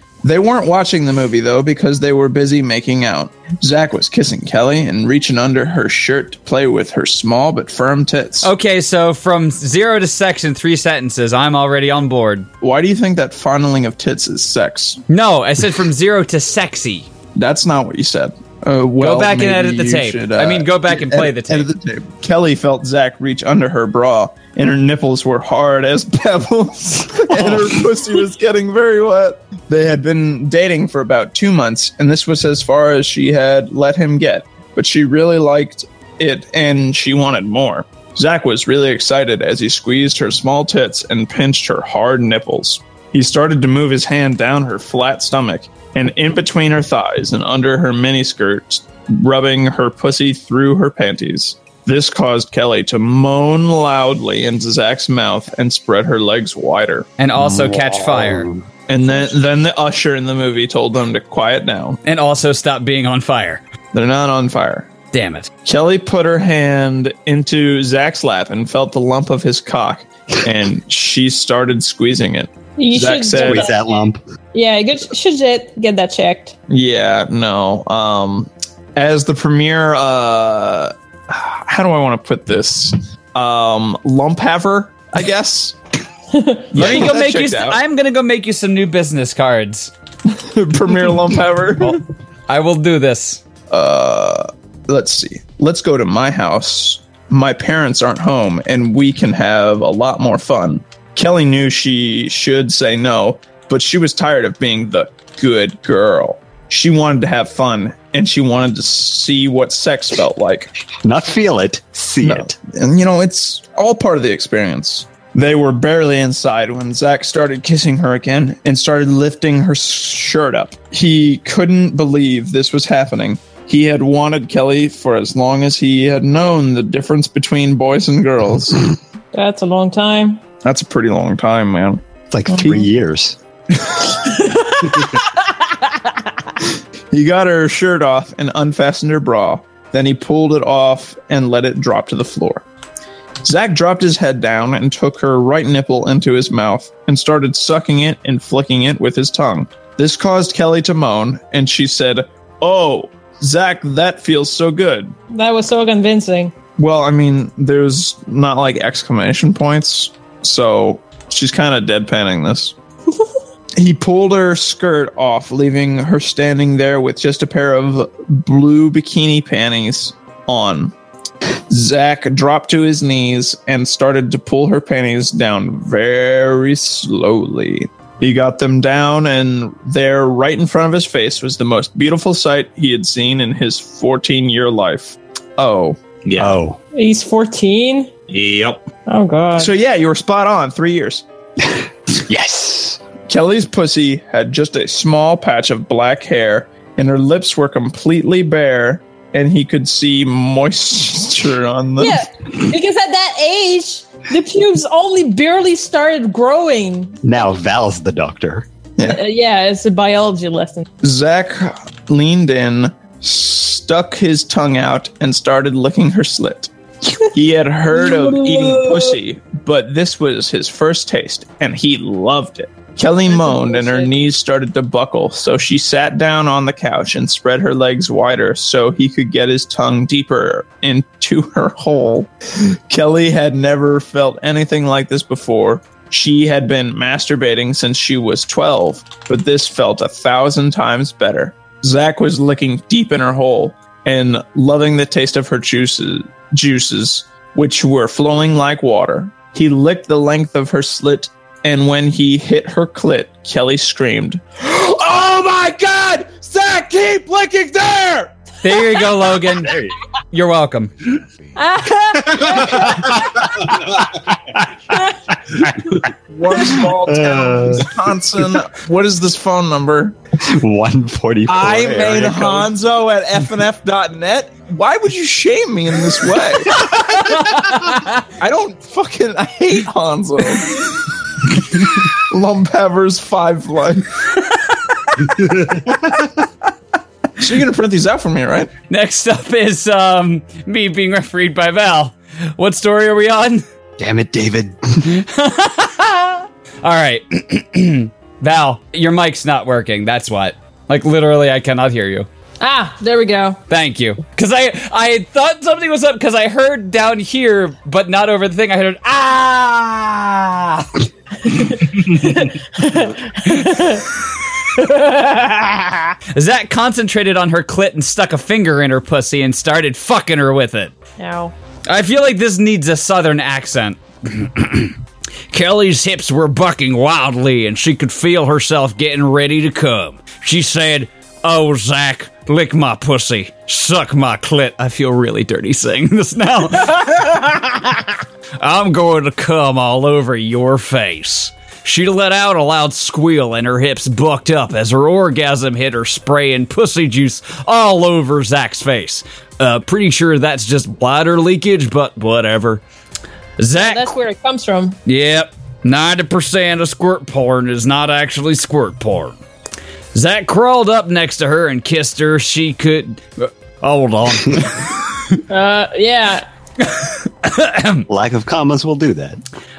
S3: They weren't watching the movie though because they were busy making out. Zach was kissing Kelly and reaching under her shirt to play with her small but firm tits.
S1: Okay, so from zero to sex in three sentences, I'm already on board.
S3: Why do you think that fondling of tits is sex?
S1: No, I said from zero to sexy.
S3: That's not what you said. Uh, well,
S1: E. back and
S3: maybe
S1: edit the
S3: you uh, e-
S1: tape. I mean, go back and play
S3: edit-
S1: the tape.
S3: edit tape. Kelly felt Zach reach under her bra, and her nipples were hard as pebbles, and her pussy was getting very wet. They had been dating for about two months, and this was as far as she had let him get. But she really liked it, and she wanted more. Zach was really excited as he squeezed her small tits and pinched her hard nipples. He started to move his hand down her flat stomach and in between her thighs and under her miniskirt, rubbing her pussy through her panties. This caused Kelly to moan loudly into Zach's mouth and spread her legs wider.
S1: And also catch fire.
S3: And then, then the usher in the movie told them to quiet down.
S1: And also stop being on fire.
S3: They're not on fire.
S1: Damn it.
S3: Kelly put her hand into Zach's lap and felt the lump of his cock, and she started squeezing it.
S2: You
S3: Zach
S2: should
S3: said-
S2: get
S4: Squeeze that lump.
S2: Yeah, you good- should get, get that checked.
S3: Yeah, no. Um, as the premier, uh, how do I want to put this? Um, lump haver, I guess.
S1: Let me go
S3: that
S1: make you.
S3: checked out.
S1: I'm gonna go make you some new business cards.
S3: premier lump haver.
S1: I will do this.
S3: Uh, Let's see. Let's go to my house. My parents aren't home, and we can have a lot more fun. Kelly knew she should say no, but she was tired of being the good girl. She wanted to have fun, and she wanted to see what sex felt like.
S4: Not feel it, see it.
S3: And you know, it's all part of the experience. They were barely inside when Zach started kissing her again and started lifting her shirt up. He couldn't believe this was happening. He had wanted Kelly for as long as he had known the difference between boys and girls.
S2: That's a long time. Mm-hmm.
S3: That's a pretty long time, man.
S4: It's like three years.
S3: He got her shirt off and unfastened her bra. Then he pulled it off and let it drop to the floor. Zack dropped his head down and took her right nipple into his mouth and started sucking it and flicking it with his tongue. This caused Kelly to moan, and she said, Oh, Zach, that feels so good.
S2: That was so convincing.
S3: Well, I mean, there's not like exclamation points, so she's kind of deadpanning this. he pulled her skirt off, leaving her standing there with just a pair of blue bikini panties on. Zach dropped to his knees and started to pull her panties down very slowly. He got them down, and there, right in front of his face, was the most beautiful sight he had seen in his 14 year life. Oh.
S7: Yeah.
S4: Oh.
S2: He's 14.
S7: Yep.
S2: Oh, God.
S3: So yeah, you were spot on. Three years.
S4: Yes.
S3: Kelly's pussy had just a small patch of black hair, and her lips were completely bare, and he could see moisture on them.
S2: yeah, because at that age, the pubes only barely started growing.
S4: Now Val's the doctor.
S2: Uh, yeah, it's a biology lesson.
S3: Zach leaned in, stuck his tongue out, and started licking her slit. He had heard of eating pussy, but this was his first taste, and he loved it. Kelly moaned, and her
S2: bullshit.
S3: knees started to buckle, so she sat down on the couch and spread her legs wider so he could get his tongue deeper into her hole. Kelly had never felt anything like this before. She had been masturbating since she was 12, but this felt a thousand times better. Zach was licking deep in her hole and loving the taste of her juices, juices, which were flowing like water. He licked the length of her slit, and when he hit her clit, Kelly screamed, Oh my god! Zach, keep licking there!
S1: There you go, Logan. You're welcome.
S2: Ah,
S3: one small
S4: Uh.
S3: town, Wisconsin. What is this phone number?
S4: 144.
S3: I made
S4: area code.
S3: Hanzo at fnf.net. Why would you shame me in this way? I don't fucking. I hate Hanzo. Lumpevers five life. so you're gonna print these out for me, right?
S1: Next up is um, me being refereed by Val. What story are we on?
S4: Damn it, David.
S1: All right. Val, your mic's not working. That's what. Like, literally, I cannot hear you.
S2: Ah, there we go.
S1: Thank you. Because I, I thought something was up because I heard down here, but not over the thing. I heard, ah! Zach concentrated on her clit and stuck a finger in her pussy and started fucking her with it.
S2: Now,
S1: I feel like this needs a southern accent. Kelly's hips were bucking wildly, and she could feel herself getting ready to come. She said, Oh, Zach, lick my pussy, suck my clit. I feel really dirty saying this now. I'm going to come all over your face. She let out a loud squeal and her hips bucked up as her orgasm hit her spraying pussy juice all over Zach's face. Uh, pretty sure that's just bladder leakage, but whatever. Zach
S2: that's where it comes from.
S1: Yep. 90% of squirt porn is not actually squirt porn. Zach crawled up next to her and kissed her. She could. uh, hold on.
S2: Uh, yeah.
S4: Lack of commas will do that.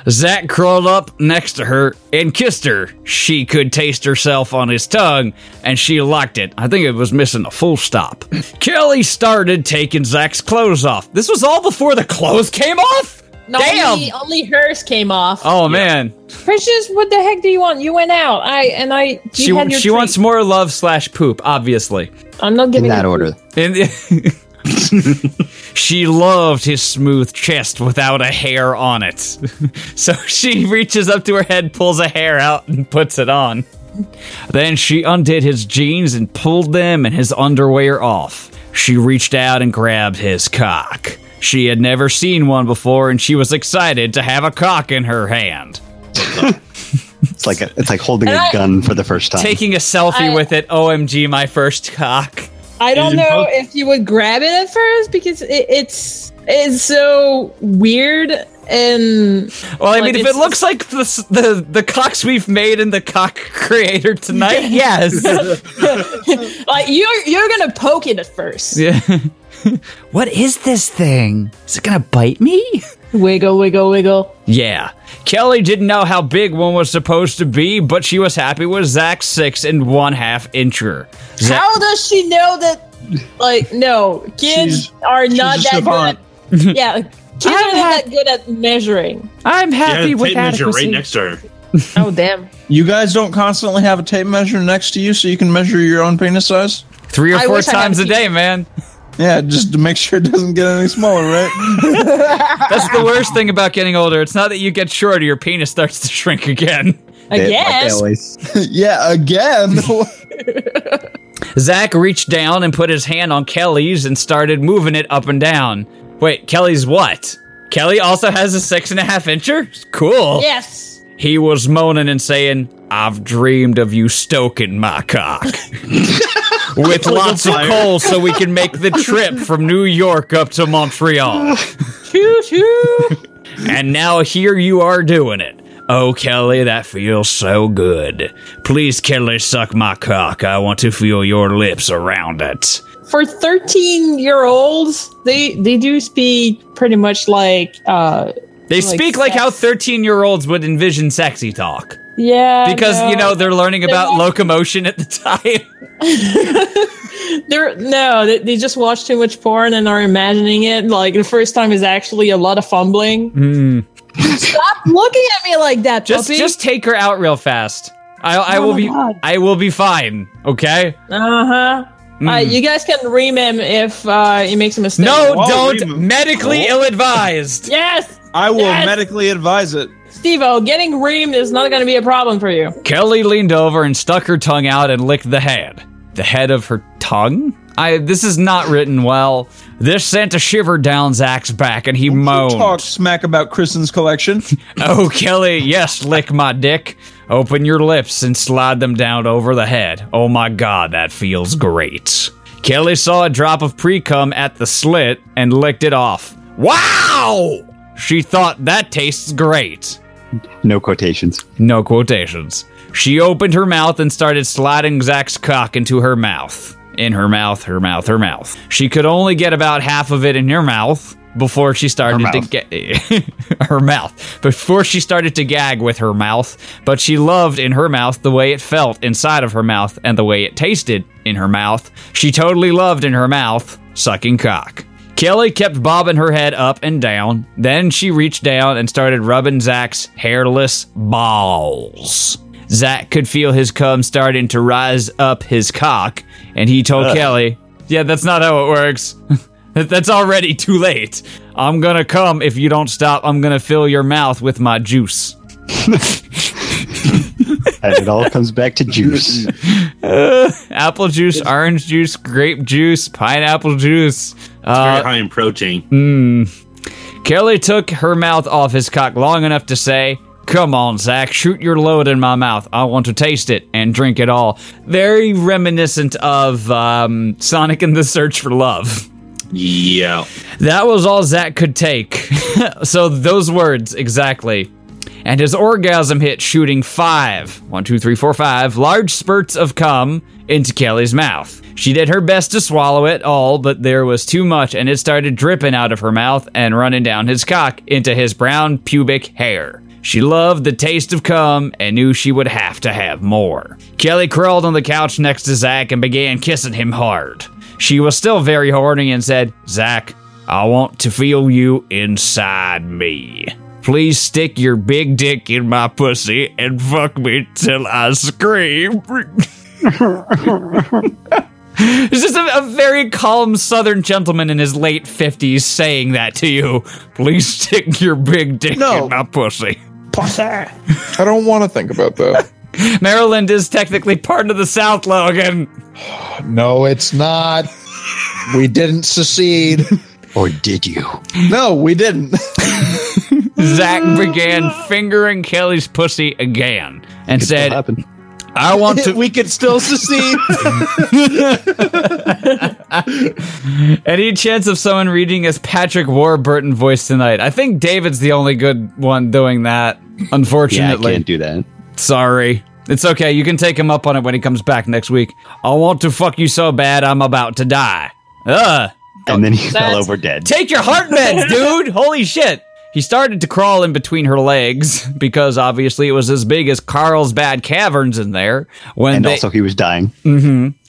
S1: Zach crawled up next to her and kissed her. She could taste herself on his tongue, and she liked it. I think it was missing a full stop. Kelly started taking Zach's clothes off. This was all before the clothes came off?
S2: No,
S1: Damn!
S2: Only, only hers came off.
S1: Oh, man.
S2: Precious, what the heck do you want? You went out. I and I. You
S1: She,
S2: had your
S1: she
S2: treat.
S1: wants more love slash poop, obviously.
S2: I'm not
S4: In
S2: giving
S4: that
S2: you-
S4: order.
S1: And she loved his smooth chest without a hair on it. so she reaches up to her head, pulls a hair out, and puts it on. Then she undid his jeans and pulled them and his underwear off. She reached out and grabbed his cock. She had never seen one before, and she was excited to have a cock in her hand.
S4: It's like a, it's like holding
S2: And
S4: a
S2: I-
S4: gun for the first time.
S1: Ah. Taking a selfie
S2: I-
S1: with it, OMG, my first cock.
S2: I don't
S8: you
S2: know
S8: poke-
S2: if you would grab it at first because it, it's it's so weird and
S1: Well, I
S2: Like,
S1: mean, if it
S2: it's-
S1: looks like the, s- the the cocks we've made in the cock creator tonight, yes.
S2: like you're you're gonna poke it at first.
S1: Yeah. what is this thing? Is it gonna bite me?
S2: Wiggle, wiggle, wiggle.
S1: Yeah. Kelly didn't know how big one was supposed to be, but she was happy with Zach's six and one half incher. Zach,
S2: How does she know that? Like, no, kids
S8: She's-
S2: are not
S8: a
S2: that
S8: savant.
S2: good. At, yeah, kids are not
S1: had-
S2: that good at measuring.
S1: I'm
S7: Yeah,
S1: happy
S7: the
S1: with
S7: tape measure
S1: adequacy.
S7: right next to her.
S2: Oh damn!
S3: You guys don't constantly have a tape measure next to you so you can measure your own penis size?
S1: Three or
S2: I
S1: four
S2: wish I had
S1: times
S2: a
S1: a day, man.
S3: Yeah, just to make sure it doesn't get any smaller, right?
S1: That's the worst thing about getting older. It's not that you get shorter, your penis starts to shrink again.
S2: I
S4: They- like they
S2: guess.
S4: always-
S3: yeah, again.
S1: Zach reached down and put his hand on Kelly's and started moving it up and down. Wait, Kelly's what? Kelly also has a six and a half incher? Cool.
S2: Yes.
S1: He was moaning and saying, I've dreamed of you stoking my cock. With lots of coal so we can make the trip from New York up to Montreal.
S2: Choo choo.
S1: And now here you are doing it. Oh, Kelly, that feels so good. Please, Kelly, suck my cock. I want to feel your lips around it.
S2: For thirteen-year-olds, they they do speak pretty much like uh
S1: They
S2: Like
S1: speak like
S2: sex.
S1: how 13 year olds would envision sexy talk
S2: yeah
S1: because, you know, they're learning about
S2: not-
S1: locomotion at the time.
S2: They're no, they, they just watch too much porn and are imagining it. Like the first time is actually a lot of fumbling.
S1: Hmm.
S2: Stop looking at me like that,
S1: Just
S2: puppy. Oh
S1: just take her out real fast. I, I will be I will be fine, okay?
S2: uh-huh.
S1: Hmm.
S2: Uh, you guys can ream him if uh, he makes a mistake.
S1: No,
S3: Whoa,
S1: don't
S3: Rima.
S1: medically ill advised.
S2: Yes,
S3: I will
S2: Yes.
S3: medically advise it.
S2: Steve-O, getting reamed is not going to be a problem for you.
S1: Kelly leaned over and stuck her tongue out and licked the head. The head of her tongue? I this is not written well. This sent a shiver down Zach's back, and he moaned.
S3: Talk smack about Kristen's collection.
S1: Oh, Kelly, yes, lick my dick. Open your lips and slide them down over the head. Oh my god, that feels great. Kelly saw a drop of pre cum at the slit and licked it off. Wow! She thought that tastes great.
S4: No quotations.
S1: No quotations. She opened her mouth and started sliding Zack's cock into her mouth. In her mouth, her mouth, her mouth. She could only get about half of it in her mouth before she started to
S4: mouth.
S1: get her mouth. Before she started to gag with her mouth, but she loved in her mouth the way it felt inside of her mouth and the way it tasted in her mouth. She totally loved in her mouth sucking cock. Kelly kept bobbing her head up and down. Then she reached down and started rubbing Zach's hairless balls. Zach could feel his cum starting to rise up his cock, and he told Kelly, Yeah, that's not how it works. That- that's already too late. I'm gonna come if you don't stop. I'm gonna fill your mouth with my juice.
S4: And it all comes back to juice.
S1: Apple juice, orange juice, grape juice, pineapple juice. Uh, hmm.
S7: Very high in protein.
S1: Kelly took her mouth off his cock long enough to say, Come on, Zach, shoot your load in my mouth. I want to taste it and drink it all. Very reminiscent of um, Sonic and the Search for Love.
S7: Yeah.
S1: That was all Zach could take. so those words exactly. And his orgasm hit shooting five, one, two, three, four, five large spurts of cum into Kelly's mouth. She did her best to swallow it all, but there was too much, and it started dripping out of her mouth and running down his cock into his brown pubic hair. She loved the taste of cum and knew she would have to have more. Kelly crawled on the couch next to Zach and began kissing him hard. She was still very horny and said, Zach, I want to feel you inside me. Please stick your big dick in my pussy and fuck me till I scream. It's just a, a very calm southern gentleman in his late 50s saying that to you. Please stick your big dick
S3: No.
S1: in my pussy.
S3: I don't want to think about that.
S1: Maryland is technically part of the South, Logan.
S3: No, it's not. We didn't secede.
S4: or did you?
S3: No, Oh, we didn't.
S1: Zach began fingering Kelly's pussy again and
S4: What
S1: said,
S4: happened?
S1: I want to.
S3: we could still secede.
S1: Any chance of someone reading as Patrick Warburton voice tonight? I think David's the only good one doing that,
S4: Yeah, I
S1: unfortunately.
S4: can't do that.
S1: Sorry. It's okay. You can take him up on it when he comes back next week. I want to fuck you so bad, I'm about to die. Ugh.
S4: And then he fell
S2: That's-
S4: over dead.
S1: Take your heart meds, dude! Holy shit! He started to crawl in between her legs because obviously it was as big as Carlsbad Caverns in there. When
S4: And
S1: they,
S4: also, he was dying.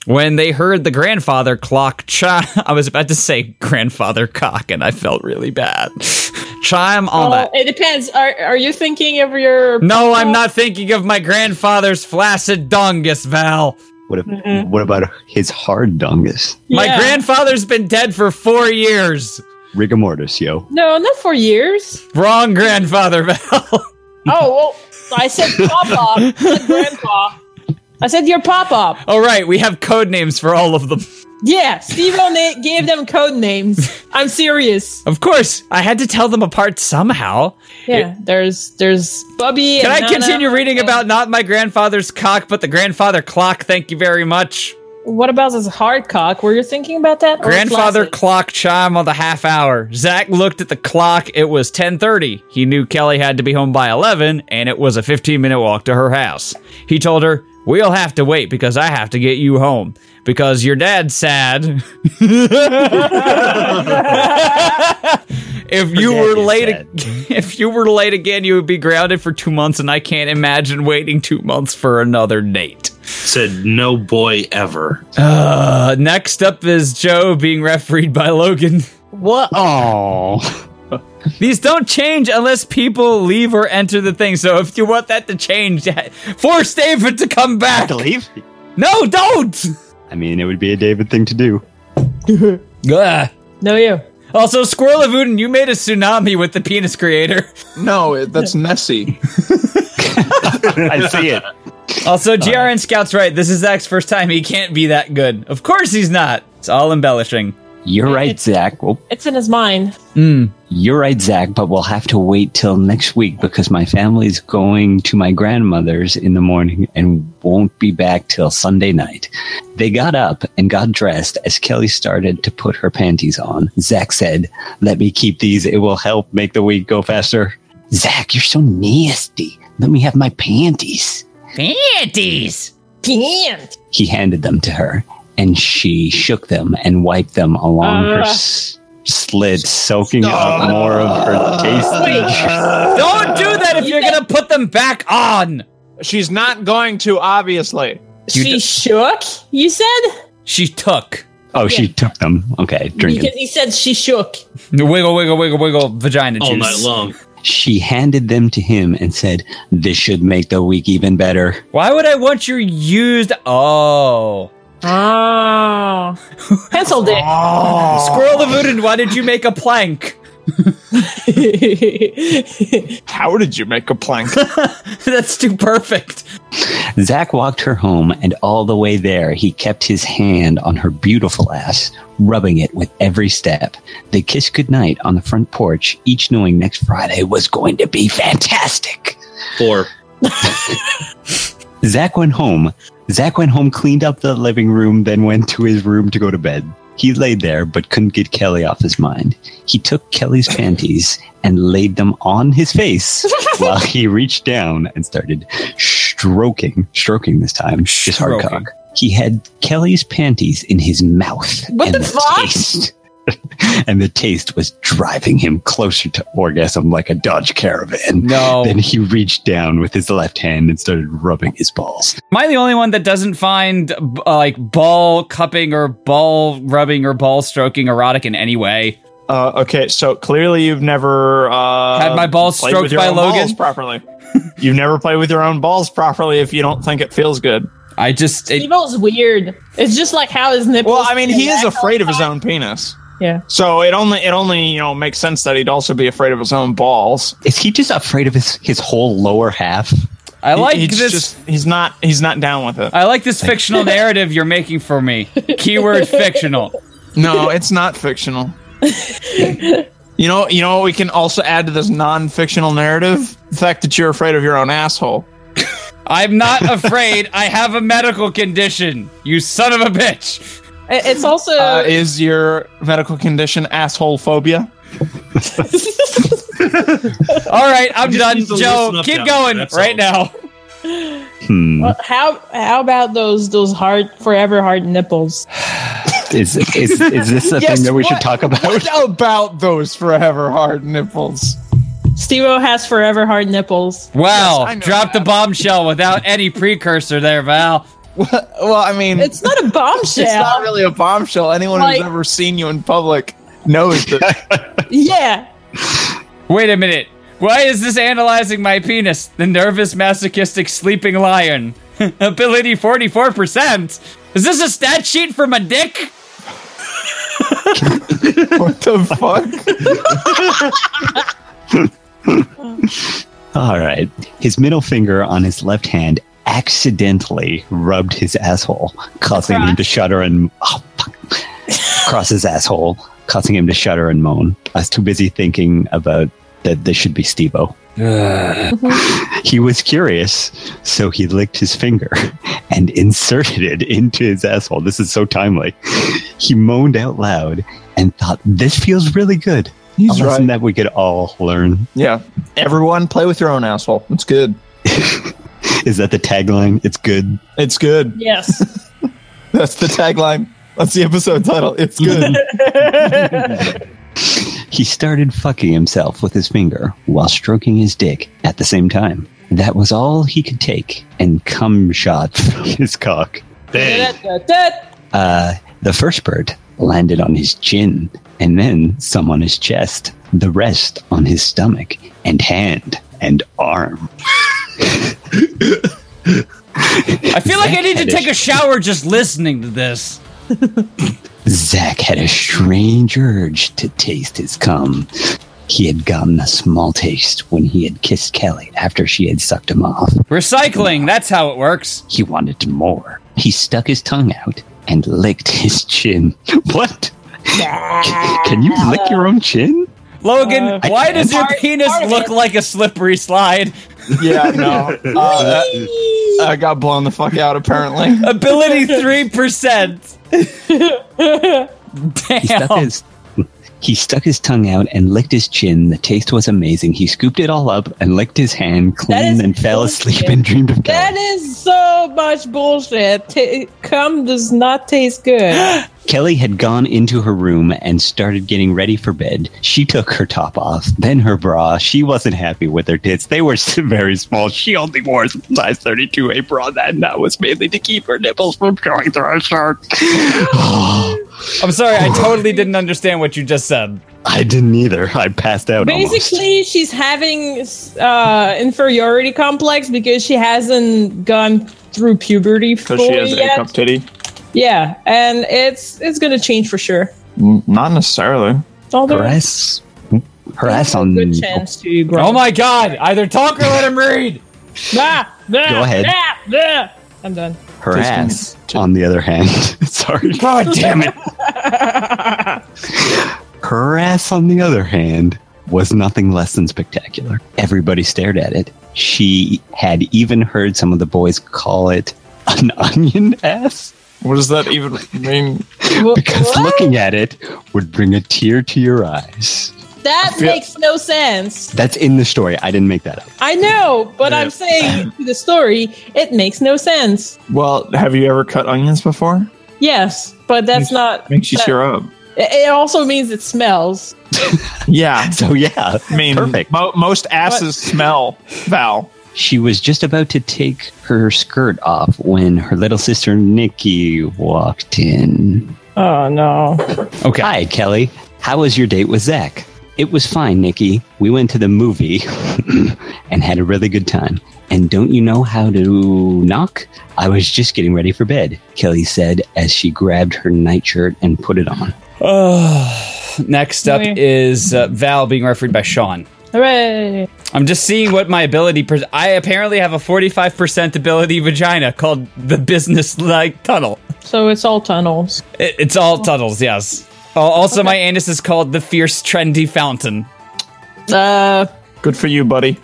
S1: when they heard the grandfather clock chime, I was about to say grandfather cock, and I felt really bad. chime on
S2: Uh,
S1: that.
S2: it depends. Are, are you thinking of your?
S1: No,
S2: oh.
S1: I'm not thinking of my grandfather's flaccid dongus, Val.
S4: What, if, what about his hard dongus?
S1: My
S2: Yeah.
S1: grandfather's been dead for four years.
S4: Rigor mortis, yo.
S2: No, not for years.
S1: Wrong grandfather, Val.
S2: Oh, well, I said papa, not grandpa. I said your papa.
S1: All right, we have code names for all of them.
S2: Yeah, Steve O na- gave them code names. I'm serious.
S1: Of course, I had to tell them apart somehow.
S2: Yeah, there's there's Bubby.
S1: Can
S2: and
S1: I
S2: Nana.
S1: continue reading about not my grandfather's cock, but the grandfather clock? Thank you very much.
S2: What about this hard cock? Were you thinking about that? Or
S1: Grandfather
S2: flaccid?
S1: clock chime on the half hour. Zach looked at the clock. It was 10:30. He knew Kelly had to be home by 11, and it was a 15-minute walk to her house. He told her, "We'll have to wait because I have to get you home because your dad's sad. if you
S4: dad
S1: were
S4: is
S1: late,
S4: sad.
S1: if you were late again, you would be grounded for 2 months, and I can't imagine waiting 2 months for another date."
S7: Said no boy ever.
S1: Uh, next up is Joe being refereed by Logan.
S4: What? Oh.
S1: These don't change unless people leave or enter the thing. So if you want that to change, force David to come back.
S4: To leave?
S1: No, don't.
S4: I mean, it would be a David thing to do.
S1: Ugh.
S2: No, you.
S1: Also, Squirrel of Udin, you made a tsunami with the penis creator.
S3: no, it, that's Nessie.
S4: I see it.
S1: Also, GRN Scout's right. This is Zach's first time. He can't be that good. Of course he's not. It's all embellishing.
S4: You're right, Zach. Well,
S2: It's in his mind.
S4: You're right, Zach, but we'll have to wait till next week because my family's going to my grandmother's in the morning and won't be back till Sunday night. They got up and got dressed as Kelly started to put her panties on. Zach said, Let me keep these. It will help make the week go faster. Zach, you're so nasty. Let me have my panties.
S2: Damn.
S4: He handed them to her and she shook them and wiped them along her
S2: Ah.
S4: s- slit, soaking up more of her tasty.
S1: Don't do that if you're gonna put them back on.
S3: She's not going to, obviously.
S2: She shook, you said?
S1: She took
S4: Oh, she took them. Okay, drinking.
S2: Because he said she shook.
S1: wiggle, wiggle, wiggle, wiggle vagina juice
S10: all night long.
S4: She handed them to him and said, "This should make the week even better."
S1: Why would I want your used? Oh,
S2: Oh. Pencil dick.
S1: squirrel the voodoo. Why did you make a plank?
S3: How did you make a plank?
S1: That's too perfect.
S4: Zack walked her home, and all the way there, he kept his hand on her beautiful ass, rubbing it with every step. They kissed goodnight on the front porch, each knowing next Friday was going to be fantastic.
S10: Four.
S4: Zach went home. Zach went home, cleaned up the living room, then went to his room to go to bed. He lay there, but couldn't get Kelly off his mind. He took Kelly's panties and laid them on his face while he reached down and started stroking, stroking this time, just hard
S1: Stroking.
S4: cock. He had Kelly's panties in his mouth.
S2: What
S4: and
S2: the fuck?
S4: Taste, and the taste was driving him closer to orgasm like a Dodge Caravan.
S1: No.
S4: Then he reached down with his left hand and started rubbing his balls.
S1: Am I the only one that doesn't find uh, like ball cupping or ball rubbing or ball stroking erotic in any way?
S3: Uh, okay, so clearly you've never uh,
S1: Had my balls
S3: played with
S1: stroked
S3: your
S1: by
S3: own
S1: Logan?
S3: balls properly. you've never played with your own balls properly if you don't think it feels good.
S1: I just it,
S2: Evil's weird. It's just like how his nipples.
S3: Well, I mean, he is afraid of his own penis,
S2: Yeah.
S3: so it only it only you know makes sense that he'd also be afraid of his own balls.
S4: Is he just afraid of his, his whole lower half?
S1: I like
S3: he's
S1: this.
S3: just he's not he's not down with it.
S1: I like this fictional narrative you're making for me. Keyword fictional.
S3: No, it's not fictional. you know, you know what we can also add to this non-fictional narrative: the fact that you're afraid of your own asshole.
S1: I'm not afraid. I have a medical condition. You son of a bitch.
S2: It- It's also.
S3: Uh, is your medical condition asshole phobia?
S1: All right, I'm
S10: just
S1: done.
S10: need to loosen
S1: Joe,
S10: up
S1: keep
S10: now.
S1: going
S10: That's
S1: right
S10: all.
S1: now.
S4: Hmm.
S2: how how about those those hard forever hard nipples?
S4: Is, is, is this a
S3: Yes,
S4: thing that we should
S3: what-
S4: talk about?
S3: What about those forever hard nipples?
S2: Steve-O has forever hard nipples.
S1: Wow,
S3: I know
S1: drop the
S3: that.
S1: bombshell without any precursor there, Val.
S3: Well, I mean,
S2: It's
S3: it's,
S2: not a bombshell.
S3: not really a bombshell. Anyone
S2: Like-
S3: who's ever seen you in public knows that.
S2: yeah.
S1: Wait a minute. Why is this analyzing my penis? The nervous masochistic sleeping lion. Ability 44%. Is this a stat sheet for my dick?
S3: what the fuck?
S4: All right. His middle finger on his left hand accidentally rubbed his asshole, causing him to shudder and oh, fuck. cross his asshole, causing him to shudder and moan. I was too busy thinking about that this should be Stevo. he was curious, so he licked his finger and inserted it into his asshole. This is so timely. He moaned out loud and thought, "This feels really good."
S3: He's
S4: a lesson
S3: right.
S4: that we could all learn.
S3: Yeah. Everyone, play with your own asshole. It's good.
S4: Is that the tagline? It's good.
S3: It's good.
S2: Yes.
S3: That's the tagline. That's the episode title. It's good.
S4: He started fucking himself with his finger while stroking his dick at the same time. That was all he could take, and cum shot from his cock.
S10: Bang.
S4: Uh, the first bird landed on his chin, and then some on his chest, the rest on his stomach, and hand, and arm.
S1: I feel like I need to
S4: Fetish.
S1: take a shower just listening to this.
S4: Zack had a strange urge to taste his cum. He had gotten a small taste when he had kissed Kelly after she had sucked him off.
S1: Recycling, that's how it works.
S4: He wanted more. He stuck his tongue out and licked his chin. What? Can you lick your own chin?
S1: Logan,
S2: Uh,
S1: why does your
S2: Part-
S1: penis
S2: part of
S1: look
S2: it.
S1: like a slippery slide?
S6: Yeah, no. Uh, that- I got blown the fuck out apparently.
S1: Ability 3%.
S4: He stuck
S1: Damn.
S4: his he stuck his tongue out and licked his chin. The taste was amazing. He scooped it all up and licked his hand
S2: is
S4: clean and fell asleep
S2: bullshit.
S4: and dreamed of
S2: That
S4: Kelly.
S2: is so much bullshit. T- cum does not taste good.
S4: Kelly had gone into her room and started getting ready for bed. She took her top off, then her bra. She wasn't happy with her tits. They were very small. She only wore a size 32 apron, and that was mainly to keep her nipples from showing through her shirt.
S1: I'm sorry, I totally didn't understand what you just said.
S4: I didn't either. I passed out. almost.
S2: Basically, she's having uh, inferiority complex because she hasn't gone through puberty
S6: Because she has
S2: fully
S6: a cup
S2: yet.
S6: titty.
S2: Yeah, and it's it's gonna change for sure.
S6: Not necessarily.
S2: Although
S4: her ass, her ass
S2: there's a
S4: on.
S3: Mm.
S2: good chance to grow.
S1: Oh my god, either talk or let him read.
S2: Ah, ah,
S4: Go ahead.
S2: ah, ah. I'm done.
S4: her ass, on the other hand. Sorry. God damn it. her ass, on the other hand, was nothing less than spectacular. Everybody stared at it. She had even heard some of the boys call it an onion ass
S6: What does that even mean?
S2: Wha-
S4: because
S2: what?
S4: looking at it would bring a tear to your eyes.
S2: that makes no sense.
S4: That's in the story. I didn't make that up.
S2: I know, but I'm saying to the story, it makes no sense.
S6: Well, have you ever cut onions before?
S2: Yes, but that's not.
S6: Makes you
S2: that-
S6: tear up.
S2: It it also means it smells.
S6: Yeah.
S4: So, yeah.
S6: I mean,
S4: perfect.
S6: mo- most asses smell, Val.
S4: She was just about to take her skirt off when her little sister Nikki walked in.
S2: Oh no!
S4: Okay. Hi, Kelly. How was your date with Zach? It was fine, Nikki. We went to the movie and had a really good time. And don't you know how to knock? I was just getting ready for bed, Kelly said as she grabbed her nightshirt and put it on.
S1: Next up
S2: Okay.
S1: is uh, Val being refereed by Sean.
S2: Hooray!
S1: I'm just seeing what my ability. Per- I apparently have a 45% ability vagina called the business like tunnel.
S2: So it's all tunnels.
S1: It- it's all tunnels, yes. Al- Also, my anus is called the fierce trendy fountain.
S2: Uh,
S6: Good for you, buddy.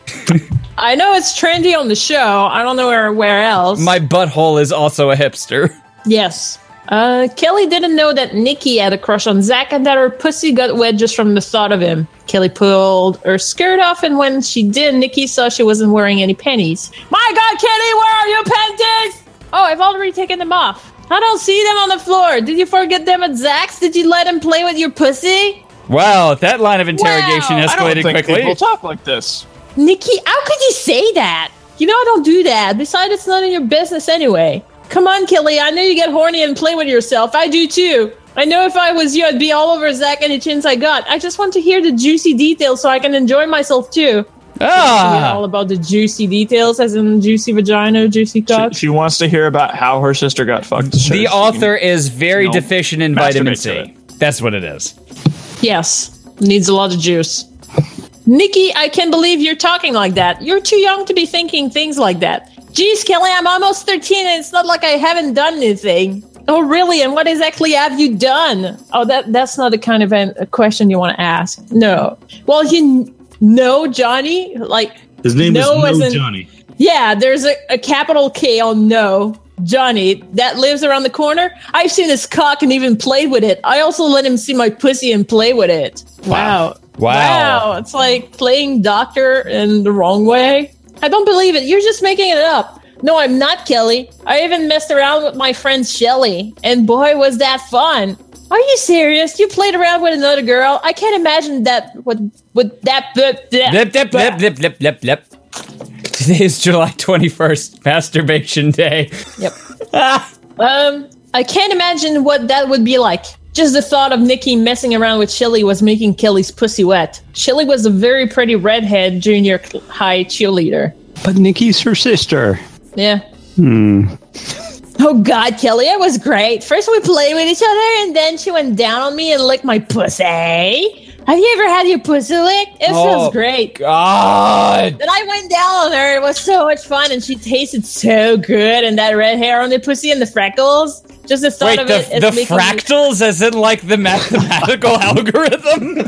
S2: I know it's trendy on the show. I don't know where where else.
S1: My butthole is also a hipster.
S2: yes. Uh, Kelly didn't know that Nikki had a crush on Zach and that her pussy got wet just from the thought of him. Kelly pulled her skirt off, and when she did, Nikki saw she wasn't wearing any panties. My God, Kelly, where are your panties? Oh, I've already taken them off. I don't see them on the floor. Did you forget them at Zach's? Did you let him play with your pussy?
S1: Wow, that line of interrogation
S2: Wow, I
S6: I don't
S1: escalated
S6: think
S1: quickly.
S6: people talk like this.
S2: Nikki, how could you say that? You know I don't do that. Besides, it's none of your business anyway. Come on, Kelly. I know you get horny and play with yourself. I do too. I know if I was you, I'd be all over Zach any chance I got. I just want to hear the juicy details so I can enjoy myself too. You know,
S1: Ah,
S2: all about the juicy details, as in juicy vagina, juicy
S6: She,
S2: cock.
S6: she wants to hear about how her sister got fucked.
S1: the author is very
S6: No.
S1: deficient in vitamin
S6: Masturbate to
S1: C. That's what it is.
S2: Yes, needs a lot of juice. Nikki, I can't believe you're talking like that. You're too young to be thinking things like that. Geez, Kelly, I'm almost 13 and it's not like I haven't done anything. Oh, really? And what exactly have you done? Oh, that that's not the kind of an, a question you want to ask. No. Well, you kn- know, Johnny, like,
S7: His name
S2: No,
S7: is
S2: as
S7: No
S2: in-
S7: Johnny.
S2: yeah, there's a, a capital K on no. Johnny, that lives around the corner. I've seen his cock and even played with it. I also let him see my pussy and play with it. Wow.
S1: Wow.
S2: It's like playing doctor in the wrong way. I don't believe it. You're just making it up. No, I'm not, Kelly. I even messed around with my friend Shelly, and boy, was that fun. Are you serious? You played around with another girl? I can't imagine that. What would that? that- that-
S1: Lip, lip, lip, lip, lip, lip, lip. Today is July 21st, Masturbation Day.
S2: Yep. um, I can't imagine what that would be like. Just the thought of Nikki messing around with Shelly was making Kelly's pussy wet. Shelly was a very pretty redhead junior cl- high cheerleader.
S4: But Nikki's her sister. Hmm.
S2: Yeah. Oh God, Kelly, it was great. First we played with each other, and then she went down on me and licked my pussy. Have you ever had your pussy licked? It
S1: Oh.
S2: feels great.
S1: God.
S2: And I went down on her. It was so much fun, and she tasted so good. And that red hair on the pussy and the freckles. Just the thought
S1: Wait,
S2: of
S1: the,
S2: it. it's
S1: the
S2: making me-
S1: fractals, as in like the mathematical algorithm?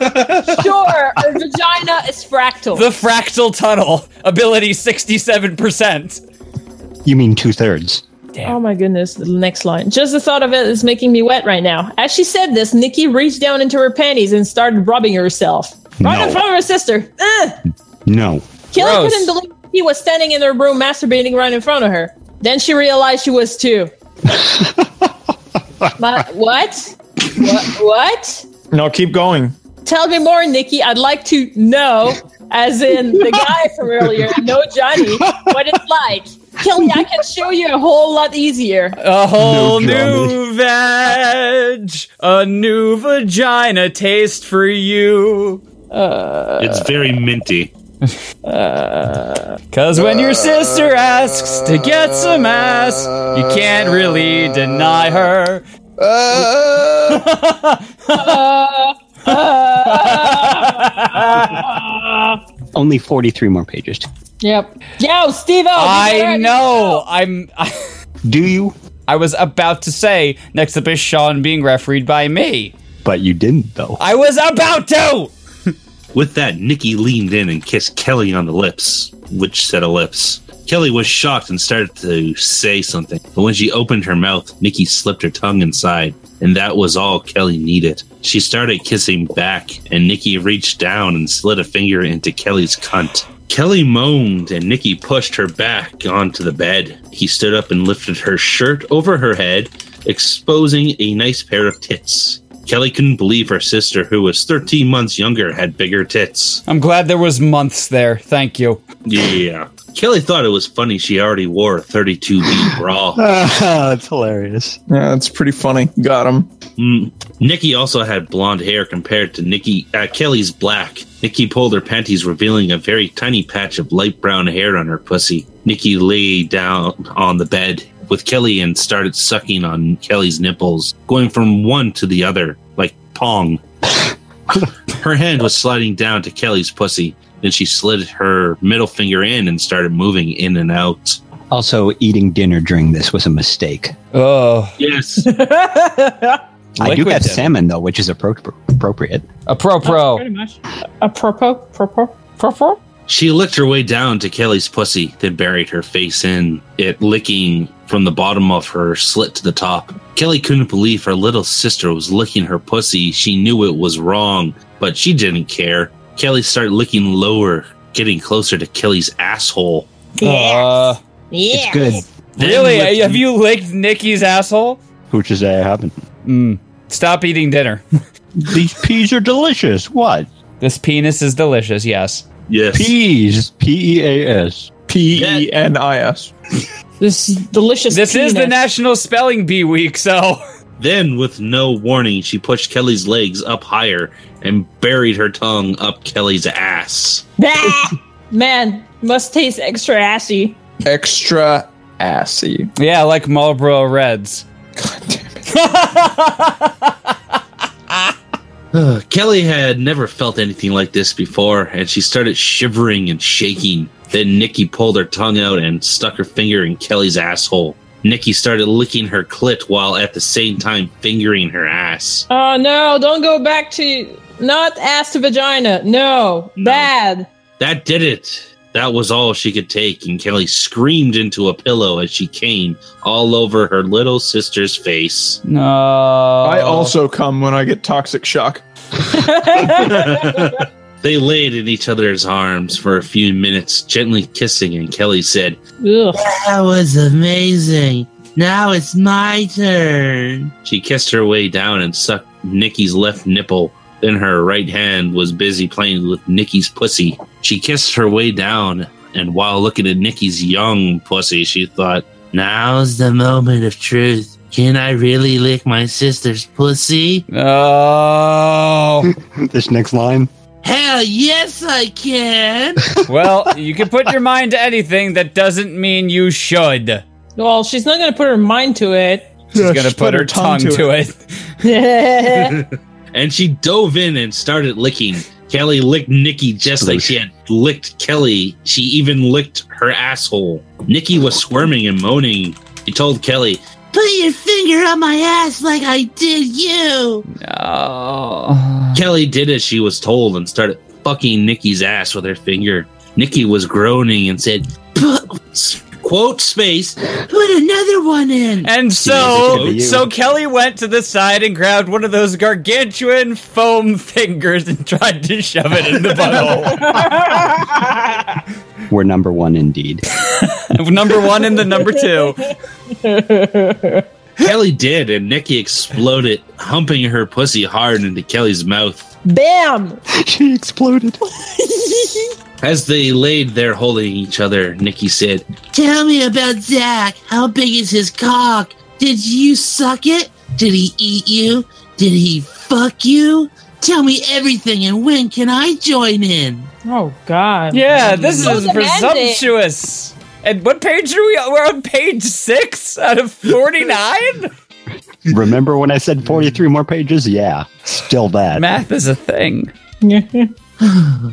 S2: Sure, her vagina is fractal.
S1: The fractal tunnel ability 67%.
S4: You mean two thirds?
S2: Oh my goodness, the next line. Just the thought of it is making me wet right now. As she said this, Nikki reached down into her panties and started rubbing herself. Right in
S4: No.
S2: front of her sister. Ugh.
S4: No.
S2: Kelly
S1: Gross.
S2: couldn't believe he was standing in her room masturbating right in front of her. Then she realized she was too. My, what? what? What?
S6: No, keep going.
S2: Tell me more, Nikki. I'd like to know, as in the guy from earlier, no Johnny, what it's like. Kelly, I can show you a whole lot easier.
S1: A whole
S4: No
S1: new veg. A new vagina taste for you. Uh,
S7: It's very minty.
S1: Cause when your sister asks to get some ass, you can't really deny her. Uh.
S4: Only 43 more pages.
S2: Yep. Yo, Steve
S1: I know. I'm. I,
S4: Do you?
S1: I was about to say next up is Sean being refereed by me.
S4: But you didn't, though.
S1: I was about to.
S7: With that, Nikki leaned in and kissed Kelly on the lips, which set of lips. Kelly was shocked and started to say something, but when she opened her mouth, Nikki slipped her tongue inside, and that was all Kelly needed. She started kissing back, and Nikki reached down and slid a finger into Kelly's cunt. Kelly moaned, and Nikki pushed her back onto the bed. He stood up and lifted her shirt over her head, exposing a nice pair of tits. Kelly couldn't believe her sister, who was 13 months younger, had bigger tits.
S1: I'm glad there was months there. Thank you.
S7: Yeah. Kelly thought it was funny she already wore a 32B bra.
S4: That's hilarious.
S3: Yeah, that's pretty funny. Got him.
S7: Um, Nikki also had blonde hair compared to Nikki uh, Kelly's black. Nikki pulled her panties, revealing a very tiny patch of light brown hair on her pussy. Nikki lay down on the bed with Kelly and started sucking on Kelly's nipples, going from one to the other like pong. her hand was sliding down to Kelly's pussy. Then she slid her middle finger in and started moving in and out.
S4: Also, eating dinner during this was a mistake.
S1: Oh,
S7: Yes.
S4: I do
S1: Liquid
S4: have
S1: dinner.
S4: salmon, though, which is appro- appropriate.
S1: a pro pro.
S2: much. Apropos, propo, propo.
S7: She licked her way down to Kelly's pussy, then buried her face in it, licking from the bottom of her slit to the top. Kelly couldn't believe her little sister was licking her pussy. She knew it was wrong, but she didn't care. Kelly started licking lower, getting closer to Kelly's asshole.
S1: Uh,
S2: Yeah.
S4: It's good.
S7: Then
S1: really?
S7: licked-
S1: Have you licked Nikki's asshole?
S4: Which is I haven't.
S1: Mm. Stop eating dinner.
S4: These peas are delicious. What?
S1: This penis is delicious. Yes.
S7: Yes.
S4: Peas. P E A S.
S3: P E N I S.
S2: This delicious.
S1: This is the
S2: penis.
S1: National Spelling Bee Week, so
S7: Then, with no warning, she pushed Kelly's legs up higher and buried her tongue up Kelly's ass.
S2: Bah! Man, must taste extra ashy.
S3: Extra assy.
S1: yeah, like Marlboro Reds.
S3: God damn it.
S7: Kelly had never felt anything like this before, and she started shivering and shaking. Then Nikki pulled her tongue out and stuck her finger in Kelly's asshole. Nikki started licking her clit while at the same time fingering her ass.
S2: Oh no! Don't go back to not ass to vagina. No, bad.
S7: That did it. That was all she could take, and Kelly screamed into a pillow as she came all over her little sister's face.
S1: No.
S3: I
S1: I
S3: also come when I get toxic shock.
S7: They laid in each other's arms for a few minutes, gently kissing, and Kelly said,
S2: Ugh.
S7: That was amazing. Now it's my turn. She kissed her way down and sucked Nikki's left nipple. Then her right hand was busy playing with Nikki's pussy. She kissed her way down, and while looking at Nikki's young pussy, she thought, Now's the moment of truth. Can I really lick my sister's pussy?
S4: Oh.
S1: No.
S4: This next line.
S7: Hell yes, I can.
S1: well, you can put your mind to anything. That doesn't mean you should.
S2: Well, she's not gonna put her mind to it.
S1: She's gonna put her tongue to it.
S7: and she dove in and started licking. Kelly licked Nikki just like she had licked Kelly. She even licked her asshole. Nikki was squirming and moaning. He told Kelly, Put your finger on my ass like I did you.
S1: Oh.
S7: Kelly did as she was told and started fucking Nikki's ass with her finger. Nikki was groaning and said, "Put- quote space, put another one in.
S1: And
S7: Yeah,
S1: so,
S7: you.
S1: so Kelly went to the side and grabbed one of those gargantuan foam fingers and tried to shove it in the butthole.
S4: We're number one indeed.
S1: number one and the number two.
S7: Kelly did, and Nikki exploded, humping her pussy hard into Kelly's mouth.
S2: Bam!
S4: she exploded.
S7: As they laid there holding each other, Nikki said, Tell me about Zach. How big is his cock? Did you suck it? Did he eat you? Did he fuck you? Tell me everything and when can I join in?
S2: oh God!
S1: Yeah, this
S2: So
S1: is
S2: demanding.
S1: presumptuous. And what page are we on? We're on page six out of 49?
S4: Remember when I said 43 more pages? Yeah, still that.
S1: Math is a thing.